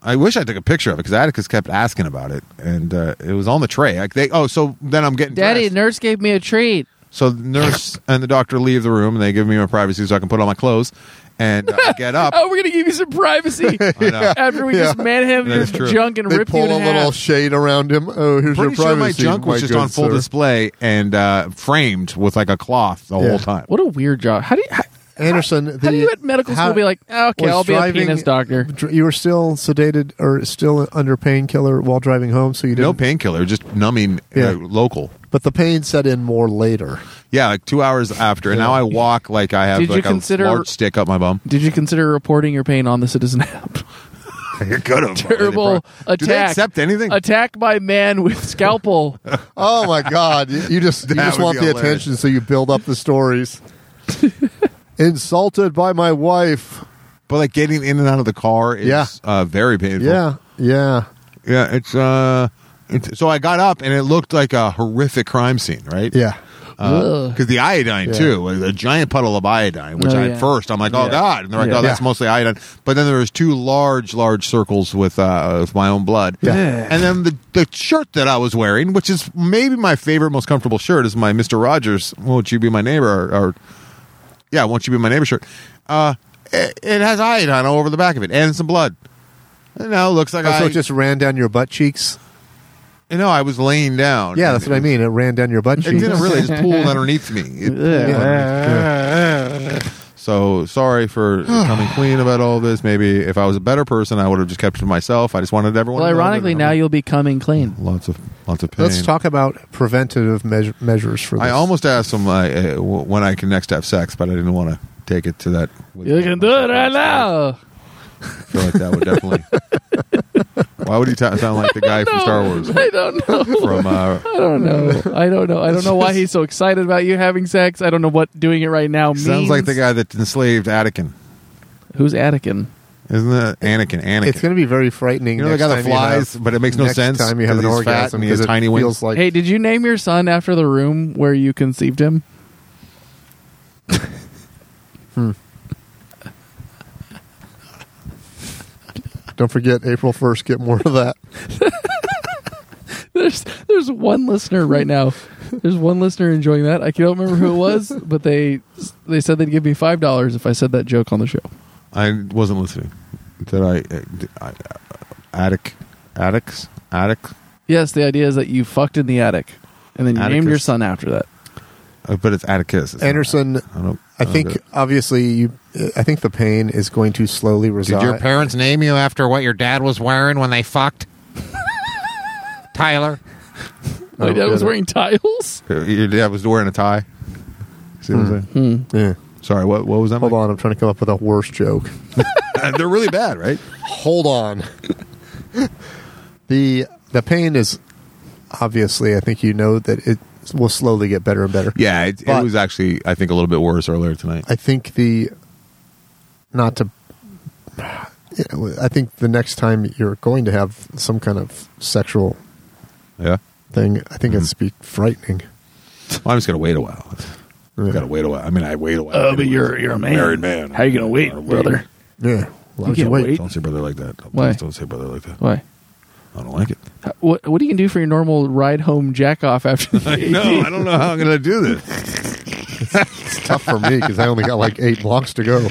Speaker 4: I wish I took a picture of it because Atticus kept asking about it, and uh, it was on the tray. Like they, oh, so then I'm getting
Speaker 6: Daddy,
Speaker 4: dressed.
Speaker 6: nurse gave me a treat.
Speaker 4: So the nurse and the doctor leave the room, and they give me my privacy so I can put on my clothes, and uh, I get up. uh,
Speaker 3: Oh, we're gonna give you some privacy
Speaker 4: I know.
Speaker 3: after we just
Speaker 4: That
Speaker 3: manhandled
Speaker 4: is true.
Speaker 3: your junk and
Speaker 5: They
Speaker 3: ripped
Speaker 5: pull
Speaker 3: you in
Speaker 5: a
Speaker 3: half.
Speaker 5: little shade around him. Oh, here's
Speaker 4: Pretty
Speaker 5: your
Speaker 4: sure
Speaker 5: privacy.
Speaker 4: my junk was
Speaker 5: my
Speaker 4: just
Speaker 5: good
Speaker 4: on full
Speaker 5: sir.
Speaker 4: display and uh, framed with like a cloth the
Speaker 5: Yeah.
Speaker 4: whole time.
Speaker 3: what a weird job. How do you how,
Speaker 5: Anderson, the,
Speaker 3: how do you at medical
Speaker 5: how-
Speaker 3: school be like, "Ah, okay,
Speaker 5: was
Speaker 3: I'll be a
Speaker 5: driving-
Speaker 3: penis doctor?
Speaker 5: dr- You were still sedated or still under painkiller while driving home, so you didn't.
Speaker 4: No painkiller, just numbing
Speaker 5: Yeah.
Speaker 4: uh, local.
Speaker 5: But the pain set in more later.
Speaker 4: Yeah, like two hours after, and now I walk like I have
Speaker 3: Did you
Speaker 4: like a
Speaker 3: consider-
Speaker 4: large stick up my bum.
Speaker 3: Did you consider reporting your pain on the Citizen app?
Speaker 4: You're good. at-
Speaker 3: Terrible attack.
Speaker 4: Do they accept anything?
Speaker 3: Attack by man with scalpel.
Speaker 5: Oh my God! You you just you
Speaker 4: That
Speaker 5: just
Speaker 4: would
Speaker 5: want
Speaker 4: be
Speaker 5: the
Speaker 4: hilarious.
Speaker 5: attention, so you build up the stories. Insulted by my wife.
Speaker 4: but like getting in and out of the car is
Speaker 5: Yeah.
Speaker 4: uh, very painful.
Speaker 5: Yeah, yeah.
Speaker 4: yeah. It's uh, it's, so I got up and it looked like a horrific crime scene, right?
Speaker 5: Yeah.
Speaker 4: because Uh, the iodine
Speaker 5: Yeah.
Speaker 4: too was a giant puddle of iodine which
Speaker 3: Oh,
Speaker 4: I,
Speaker 3: yeah.
Speaker 4: at first i'm like oh
Speaker 3: Yeah.
Speaker 4: god and they're like
Speaker 3: Yeah.
Speaker 4: oh that's
Speaker 5: Yeah.
Speaker 4: mostly iodine but then there was two large large circles with uh with my own blood
Speaker 5: Yeah.
Speaker 4: and then the the shirt that i was wearing which is maybe my favorite most comfortable shirt is my mr rogers won't you be my neighbor or, or yeah won't you be my neighbor shirt uh it, it has iodine all over the back of it and some blood and now it looks like
Speaker 5: Oh,
Speaker 4: I
Speaker 5: so it just ran down your butt cheeks.
Speaker 4: you know I was laying down.
Speaker 5: Yeah,
Speaker 4: and
Speaker 5: that's
Speaker 4: it
Speaker 5: what I
Speaker 4: was-
Speaker 5: mean. It ran down your butt
Speaker 4: It
Speaker 5: cheeks.
Speaker 4: didn't really it just pooled underneath me. It pooled
Speaker 3: Yeah.
Speaker 4: underneath. So sorry for coming clean about all this. Maybe if I was a better person, I would have just kept it to myself. I just wanted everyone.
Speaker 3: Well,
Speaker 4: to know that
Speaker 3: ironically,
Speaker 4: I'm-
Speaker 3: now you'll be coming clean.
Speaker 4: lots of lots of pain.
Speaker 5: Let's talk about preventative measure, measures for this.
Speaker 4: I almost asked him like, uh, w- when I can next have sex, but I didn't want to take it to that.
Speaker 3: You can do it right now.
Speaker 4: I feel like that would definitely. Why would he ta sound like the guy from Star Wars?
Speaker 3: I don't know.
Speaker 4: From uh,
Speaker 3: I don't know. I don't know. I don't know why he's so excited about you having sex. I don't know what doing it right now means.
Speaker 4: sounds like the guy that enslaved Attican,
Speaker 3: Who's Attican?
Speaker 4: isn't that Anakin? Anakin.
Speaker 5: It's going to be very frightening.
Speaker 4: you know the
Speaker 5: next
Speaker 4: guy
Speaker 5: time
Speaker 4: that flies,
Speaker 5: have-
Speaker 4: but it makes no
Speaker 5: next
Speaker 4: sense.
Speaker 5: Time you have
Speaker 4: 'cause
Speaker 5: an
Speaker 4: he's
Speaker 5: orgasm
Speaker 4: fat and he has
Speaker 5: 'cause it
Speaker 4: tiny
Speaker 5: feels
Speaker 4: wings.
Speaker 5: Like,
Speaker 3: Hey, did you name your son after the room where you conceived him?
Speaker 5: don't forget April first. Get more of that.
Speaker 3: There's there's one listener right now. There's one listener enjoying that. I can't remember who it was, but they they said they'd give me five dollars if I said that joke on the show.
Speaker 4: I wasn't listening. Did I? Uh, did I uh, attic, attics, attic.
Speaker 3: Yes, the idea is that you fucked in the attic, and then you named
Speaker 4: Atticus.
Speaker 3: your son after that.
Speaker 4: Uh, but it's Atticus. It's not-
Speaker 5: Anderson,
Speaker 4: I don't.
Speaker 5: I
Speaker 4: don't
Speaker 5: think
Speaker 4: get it.
Speaker 5: obviously you. I think the pain is going to slowly
Speaker 9: Did
Speaker 5: resolve.
Speaker 9: your parents name you after what your dad was wearing when they fucked? Tyler.
Speaker 3: My dad was
Speaker 5: good.
Speaker 3: wearing tiles.
Speaker 4: Uh, Your dad was wearing a tie. See what I'm saying?
Speaker 5: yeah.
Speaker 4: Sorry, what what was that?
Speaker 5: Hmm. Hold on, I'm trying to come up with a worse joke.
Speaker 4: on, they're really bad, right?
Speaker 5: Hold on. the the pain is obviously. I think you know that it will slowly get better and better.
Speaker 4: Yeah, it, it
Speaker 5: But-
Speaker 4: was actually I think a little bit worse earlier tonight.
Speaker 5: I think the not to. I think the next time you're going to have some kind of sexual
Speaker 4: Yeah,
Speaker 5: thing, I think it's be frightening.
Speaker 4: well, I'm just gonna wait a while.
Speaker 5: Yeah.
Speaker 4: I've Got to wait a while. I mean, I wait a while.
Speaker 3: Oh, but
Speaker 4: anyways.
Speaker 3: you're- you're a
Speaker 4: I'm
Speaker 3: man.
Speaker 4: married man.
Speaker 3: How you gonna wait,
Speaker 4: I'm
Speaker 3: brother?
Speaker 5: Yeah. Why would
Speaker 3: can't
Speaker 5: you wait?
Speaker 3: wait.
Speaker 4: Don't say brother like that. Don't,
Speaker 3: Why?
Speaker 4: Don't say brother like that.
Speaker 3: Why? Uh,
Speaker 4: I don't like it.
Speaker 3: What what do you can do for your normal ride home jack off after the
Speaker 4: No, I don't know how I'm gonna do this.
Speaker 5: It's tough for me because I only got like eight blocks to go.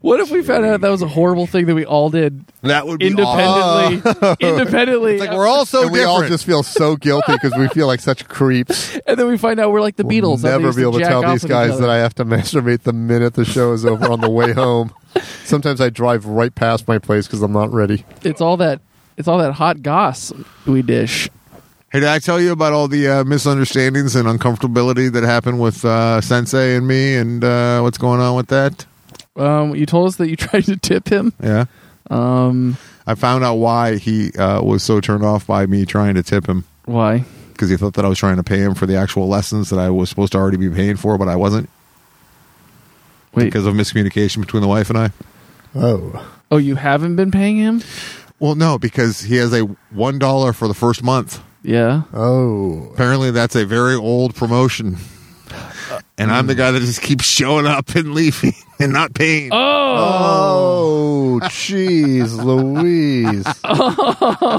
Speaker 3: What if we found out that was a horrible thing that we all did
Speaker 4: That would be awful.
Speaker 3: independently? independently,
Speaker 4: Oh. It's like we're all so
Speaker 5: and we all
Speaker 4: different.
Speaker 5: just feel so guilty because we feel like such creeps.
Speaker 3: and then we find out we're like the
Speaker 5: We'll
Speaker 3: Beatles. that they
Speaker 5: never
Speaker 3: used
Speaker 5: be able to
Speaker 3: jack
Speaker 5: tell
Speaker 3: off
Speaker 5: these
Speaker 3: with each
Speaker 5: guys
Speaker 3: other.
Speaker 5: that I have to masturbate the minute the show is over on the way home. Sometimes I drive right past my place because I'm not ready.
Speaker 3: It's all that. It's all that hot goss we dish.
Speaker 4: Hey, did I tell you about all the uh, misunderstandings and uncomfortability that happened with uh, Sensei and me, and uh, what's going on with that?
Speaker 3: Um, you told us that you tried to tip him.
Speaker 4: Yeah,
Speaker 3: Um,
Speaker 4: I found out why he uh, was so turned off by me trying to tip him
Speaker 3: why?
Speaker 4: because he thought that I was trying to pay him for the actual lessons that I was supposed to already be paying for, but I wasn't
Speaker 3: Wait.
Speaker 4: because of miscommunication between the wife and I.
Speaker 5: Oh.
Speaker 3: oh, you haven't been paying him?
Speaker 4: Well, no, because he has a one dollar for the first month.
Speaker 3: Yeah.
Speaker 5: Oh.
Speaker 4: Apparently, that's a very old promotion. And I'm the guy that just keeps showing up and leaving and not paying.
Speaker 5: Oh, jeez, Louise.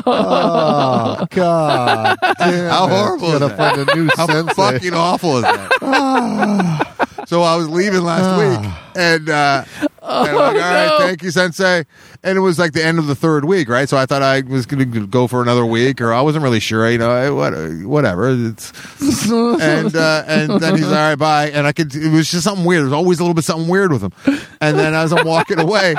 Speaker 5: oh, God. Damn
Speaker 4: How
Speaker 5: it.
Speaker 4: horrible is
Speaker 5: Gotta
Speaker 4: that?
Speaker 5: find a new sensei.
Speaker 4: fucking awful is that? so I was leaving last week, and, uh, and I'm like, all right, thank you, Sensei. And it was like the end of the third week, right? So I thought I was going to go for another week, or I wasn't really sure. You know, I, what, uh, whatever. It's and uh, and then he's all right, bye. And I could. It was just something weird. There's always a little bit something weird with him. And then as I'm walking away.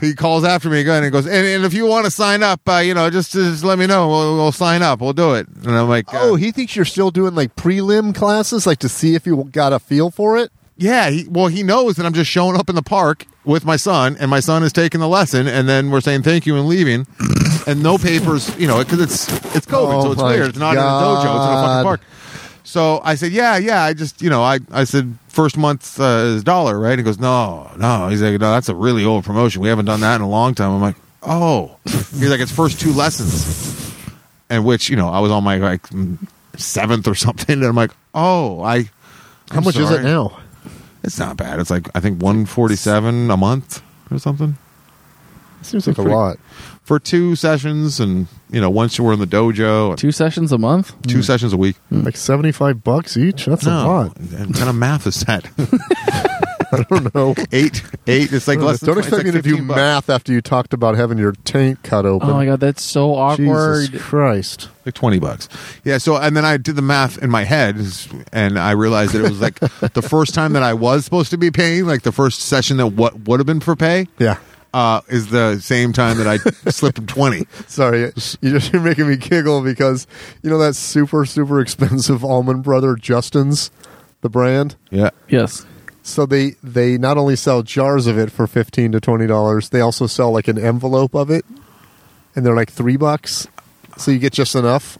Speaker 4: He calls after me again and goes, and, and if you want to sign up, uh, you know, just, just let me know. We'll, we'll sign up. We'll do it. And I'm like, uh,
Speaker 5: Oh, he thinks you're still doing like prelim classes, like to see if you got a feel for it.
Speaker 4: Yeah, he, well, he knows that I'm just showing up in the park with my son, and my son is taking the lesson, and then we're saying thank you and leaving, and no papers, you know, because it's it's COVID,
Speaker 5: Oh
Speaker 4: so it's
Speaker 5: my
Speaker 4: weird. It's not in a dojo; it's in a
Speaker 5: God.
Speaker 4: fucking park. So I said, yeah, yeah. I just, you know, I, I said first month uh, is dollar, right? He goes, no, no. He's like, no, that's a really old promotion. We haven't done that in a long time. I'm like, oh. He's like, it's first two lessons, and which, you know, I was on my like seventh or something, and I'm like, oh, I.
Speaker 5: How much is it now?
Speaker 4: It's not bad. It's like I think one forty seven a month or something
Speaker 5: Seems like a
Speaker 4: Pretty-
Speaker 5: lot.
Speaker 4: for two sessions, and you know once you were in the dojo, two,
Speaker 3: Two sessions a month.
Speaker 4: sessions a week.
Speaker 5: Like seventy-five bucks each. Mm. That's a
Speaker 4: No,
Speaker 5: lot.
Speaker 4: what kind of math is that?
Speaker 5: I don't know.
Speaker 8: Eight, eight. It's like less. than
Speaker 5: Don't
Speaker 8: 20 it's
Speaker 5: expect
Speaker 8: like
Speaker 5: me to do
Speaker 8: 15 bucks.
Speaker 5: math after you talked about having your taint cut open.
Speaker 3: Oh my god, that's so awkward.
Speaker 5: Jesus Christ.
Speaker 4: like 20 bucks. Yeah, so and then I did the math in my head and I realized that it was like the first time that I was supposed to be paying, like the first session that what would have been for pay,
Speaker 5: Yeah.
Speaker 4: uh is the same time that I slipped him 20.
Speaker 5: Sorry, you just, you're making me giggle because you know that super super expensive almond brother Justin's, the brand.
Speaker 4: Yeah.
Speaker 3: Yes.
Speaker 5: So they they not only sell jars of it for fifteen to twenty dollars, they also sell like an envelope of it, and they're like three bucks. So you get just enough,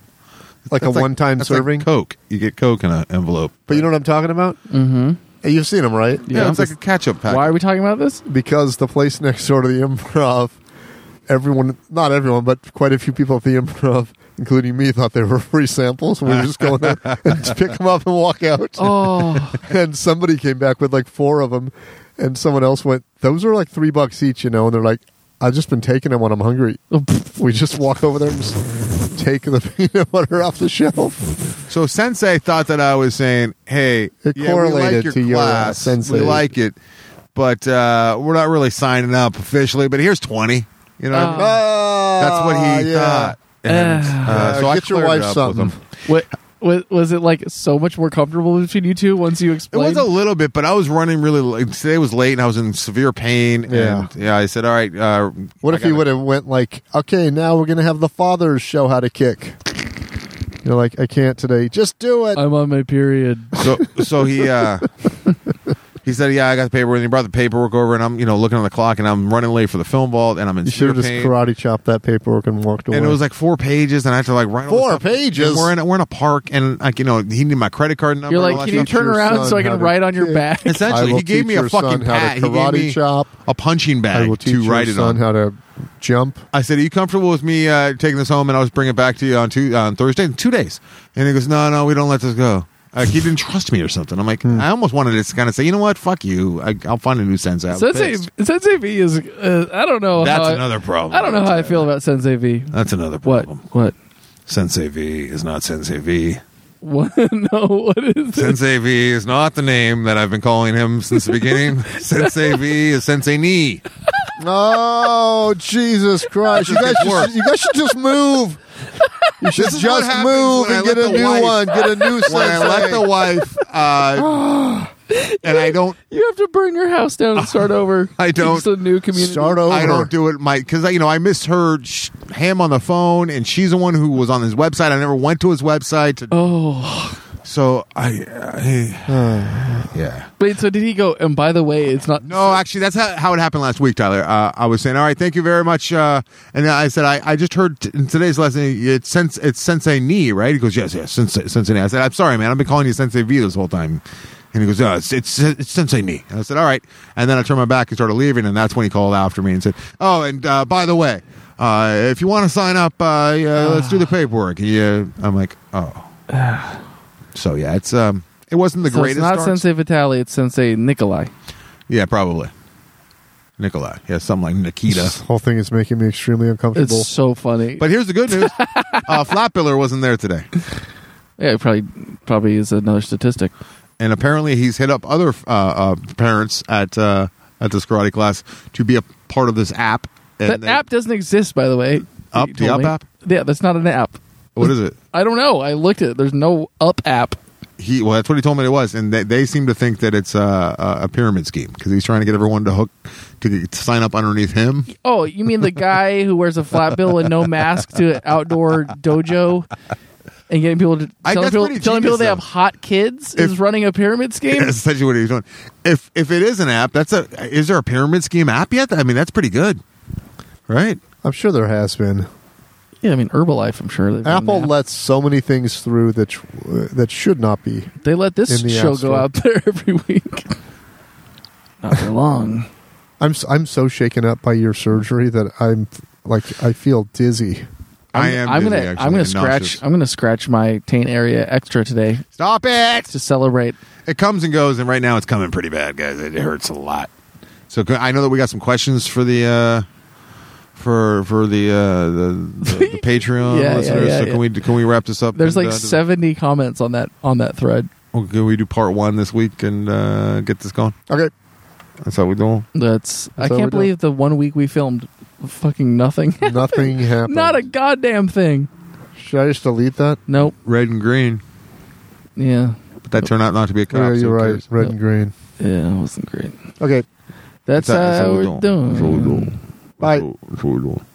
Speaker 5: like a
Speaker 4: That's
Speaker 5: one time
Speaker 4: that's like
Speaker 5: serving.
Speaker 4: Coke. You get Coke in an envelope.
Speaker 5: but you know what I'm talking about? Mm-hmm. You've seen them, right?
Speaker 4: Yeah,
Speaker 3: Yeah.
Speaker 4: it's like a ketchup pack.
Speaker 3: Why are we talking about this?
Speaker 5: because the place next door to the improv, everyone, not everyone, but quite a few people at the improv, including me, thought they were free samples. We were just going there and just pick them up and walk out.
Speaker 3: Oh,
Speaker 5: And somebody came back with like four of them, and someone else went, Those are like three bucks each, you know? And they're like, I've just been taking them when I'm hungry. We just walk over there and just take the peanut butter off the shelf.
Speaker 4: So Sensei thought that I was saying, "Hey,
Speaker 5: It
Speaker 4: yeah, we
Speaker 5: correlated
Speaker 4: like your
Speaker 5: to your, uh,
Speaker 4: class,
Speaker 5: sensei.
Speaker 4: we like it, but uh, we're not really signing up officially. But here's twenty, you know, what I
Speaker 5: Oh.
Speaker 4: mean? that's what
Speaker 5: Ah,
Speaker 4: he thought." And,
Speaker 3: Ah.
Speaker 4: uh, so
Speaker 5: Yeah,
Speaker 4: I
Speaker 5: get your
Speaker 4: cleared it
Speaker 5: wife
Speaker 4: up
Speaker 5: something.
Speaker 4: With him.
Speaker 3: what, what was it like? So much more comfortable between you two once you
Speaker 4: It
Speaker 3: explained.
Speaker 4: was a little bit, but I was running really. late. Today was late, and I was in severe pain.
Speaker 5: Yeah.
Speaker 4: and, yeah. I said, "All right." Uh,
Speaker 5: What
Speaker 4: I
Speaker 5: if he
Speaker 4: gotta-
Speaker 5: would have went like, okay, now we're gonna have the fathers show how to kick. You're like, I can't today. Just do it.
Speaker 3: I'm on my period.
Speaker 4: So so he uh he said, "Yeah, I got the paperwork." And he brought the paperwork over, and I'm you know looking on the clock, and I'm running late for the film vault, and I'm in
Speaker 5: you should
Speaker 4: severe
Speaker 5: have just
Speaker 4: pain.
Speaker 5: karate chopped that paperwork and walked away.
Speaker 4: And it was like four pages, and I had to like write all this
Speaker 5: Four
Speaker 4: stuff.
Speaker 5: pages?
Speaker 4: And we're in a, we're in a park, and like you know he needed my credit card number.
Speaker 3: You're
Speaker 4: and
Speaker 3: like,
Speaker 4: all
Speaker 3: can you
Speaker 4: that
Speaker 5: teach
Speaker 4: stuff.
Speaker 3: turn
Speaker 5: your
Speaker 3: around so
Speaker 5: son
Speaker 3: I
Speaker 5: how
Speaker 3: can
Speaker 5: to
Speaker 3: write on your
Speaker 5: kick?"
Speaker 3: back?
Speaker 5: I
Speaker 4: Essentially,
Speaker 5: will
Speaker 4: he gave me
Speaker 5: teach
Speaker 4: a
Speaker 5: your
Speaker 4: fucking
Speaker 5: son how to
Speaker 4: pad. He gave me
Speaker 5: karate chop.
Speaker 4: a punching
Speaker 5: I
Speaker 4: bag
Speaker 5: will teach
Speaker 4: to
Speaker 5: your
Speaker 4: write it
Speaker 5: son
Speaker 4: on.
Speaker 5: how to jump.
Speaker 4: I said, "Are you comfortable with me uh, taking this home, and I'll just bring it back to you on two, on Thursday in two days?" And he goes, "No, no, we don't let this go." Like he didn't trust me or something. I'm like,
Speaker 5: Hmm.
Speaker 4: I almost wanted to kind of say, "You know what? Fuck you. I, I'll find a new sensei." I was
Speaker 3: Sensei,
Speaker 4: pissed.
Speaker 3: Sensei V is. Uh, I don't know.
Speaker 4: That's
Speaker 3: how I-
Speaker 4: another problem.
Speaker 3: I don't know how I feel about Sensei V.
Speaker 4: That's another
Speaker 3: What?
Speaker 4: problem.
Speaker 3: What?
Speaker 4: Sensei V is not Sensei V.
Speaker 3: What? no. What is it?
Speaker 4: Sensei V is not the name that I've been calling him since the beginning. Sensei V is Sensei Ni.
Speaker 5: Oh Jesus Christ! You guys,
Speaker 4: gets
Speaker 5: should,
Speaker 4: worse.
Speaker 5: you guys should just move. You should
Speaker 4: is what
Speaker 5: just
Speaker 4: happens
Speaker 5: move
Speaker 4: when I
Speaker 5: and
Speaker 4: let
Speaker 5: get a
Speaker 4: the
Speaker 5: new
Speaker 4: wife-
Speaker 5: one. Get a new sensei.
Speaker 4: When I let the wife, uh, and I don't,
Speaker 3: You have to burn your house down and start over.
Speaker 4: I don't-
Speaker 3: It's a new community.
Speaker 5: start over.
Speaker 4: I don't do it, Mike, because you know I misheard sh- him on the phone, and she's the one who was on his website. I never went to his website, to,
Speaker 3: Oh.
Speaker 4: so I, I
Speaker 5: Uh.
Speaker 4: yeah.
Speaker 3: Wait. So did he go? And by the way, it's not.
Speaker 4: No, actually, that's how, how it happened last week, Tyler. Uh, I was saying, all right, thank you very much. Uh, and I said, I, I just heard t- in today's lesson, it's, sens- it's Sensei Ni, right? He goes, yes, yes, Sensei, sensei Ni. I said, I'm sorry, man. I've been calling you Sensei V this whole time. And he goes, no, it's, it's, it's Sensei Ni. And I said, all right. And then I turned my back and started leaving. And that's when he called after me and said, oh, and uh, by the way, uh, if you want to sign up, uh, yeah, let's do
Speaker 3: Ah.
Speaker 4: the paperwork. Yeah, I'm like, oh. so, yeah, it's um, it wasn't the
Speaker 3: so
Speaker 4: greatest.
Speaker 3: it's not
Speaker 4: start.
Speaker 3: Sensei Vitali. It's Sensei Nikolai.
Speaker 4: Yeah, probably. Nikolai. Yeah, something like
Speaker 5: This
Speaker 4: Nikita.
Speaker 5: whole thing is making me extremely
Speaker 3: It's
Speaker 5: uncomfortable.
Speaker 3: so funny.
Speaker 4: But here's the good news. uh, Flatbiller wasn't there today.
Speaker 3: yeah, it probably probably is another statistic.
Speaker 4: And apparently he's hit up other uh, uh, parents at uh, at this karate class to be a part of this app. And
Speaker 3: that
Speaker 4: they-
Speaker 3: app doesn't exist, by the way.
Speaker 4: Up?
Speaker 3: You
Speaker 4: The
Speaker 3: told
Speaker 4: Up
Speaker 3: me.
Speaker 4: app?
Speaker 3: Yeah, that's not an app.
Speaker 4: What is it?
Speaker 3: I don't know. I looked at it. There's no up app.
Speaker 4: He well, that's what he told me it was, and they, they seem to think that it's uh, a, a pyramid scheme because he's trying to get everyone to hook to, get- to sign up underneath him.
Speaker 3: Oh, you mean the guy who wears a flat bill and no mask to outdoor dojo and getting people to
Speaker 4: I-
Speaker 3: telling,
Speaker 4: that's
Speaker 3: people,
Speaker 4: pretty
Speaker 3: telling people
Speaker 4: genius,
Speaker 3: they
Speaker 4: though.
Speaker 3: have hot kids is
Speaker 4: If-
Speaker 3: running a pyramid scheme?
Speaker 4: That's essentially what he's doing. If if it is an app, that's a is there a pyramid scheme app yet? I mean, that's pretty good, right?
Speaker 5: I'm sure there has been.
Speaker 3: Yeah, I mean Herbalife. I'm sure they've done
Speaker 5: Apple
Speaker 3: that.
Speaker 5: lets so many things through that sh- that should not be.
Speaker 3: they let this
Speaker 5: in the
Speaker 3: show
Speaker 5: App
Speaker 3: go
Speaker 5: Store.
Speaker 3: out there every week. Not for long.
Speaker 5: I'm s- I'm so shaken up by your surgery that I'm like I feel dizzy.
Speaker 4: I'm,
Speaker 3: I'm
Speaker 4: dizzy,
Speaker 3: gonna
Speaker 4: actually,
Speaker 3: I'm gonna
Speaker 4: and
Speaker 3: scratch
Speaker 4: nauseous.
Speaker 3: I'm gonna scratch my taint area extra today
Speaker 4: Stop it!
Speaker 3: to celebrate.
Speaker 4: It comes and goes, and right now it's coming pretty bad, guys. It hurts a lot. So c- I know that we got some questions for the uh, for for the uh, the, the, the Patreon
Speaker 3: Yeah, yeah,
Speaker 4: listeners.
Speaker 3: yeah,
Speaker 4: so
Speaker 3: yeah.
Speaker 4: can we can we wrap this up?
Speaker 3: There's
Speaker 4: and,
Speaker 3: like
Speaker 4: uh, does-
Speaker 3: 70 comments on that on that thread.
Speaker 4: oh, Can we do part one this week and uh, get this going?
Speaker 5: Okay,
Speaker 4: That's how we do.
Speaker 3: That's, I
Speaker 5: how we
Speaker 3: can't
Speaker 5: do it.
Speaker 3: believe the one week we filmed fucking nothing.
Speaker 5: Nothing happened.
Speaker 3: Not a goddamn thing.
Speaker 5: Should I just delete that?
Speaker 3: Nope.
Speaker 4: Red and green,
Speaker 3: Yeah.
Speaker 4: but that turned out not to be a cop.
Speaker 5: yeah,
Speaker 4: so
Speaker 5: you're right.
Speaker 4: who cares?
Speaker 5: Red
Speaker 3: Yeah.
Speaker 5: and green.
Speaker 3: Yeah, it wasn't great.
Speaker 5: Okay.
Speaker 3: That's,
Speaker 4: That's how- that's
Speaker 3: how
Speaker 4: how we
Speaker 3: we're
Speaker 4: do it. That's how we do
Speaker 3: doing.
Speaker 4: it.
Speaker 5: Bye.
Speaker 4: That's what- that's what we do.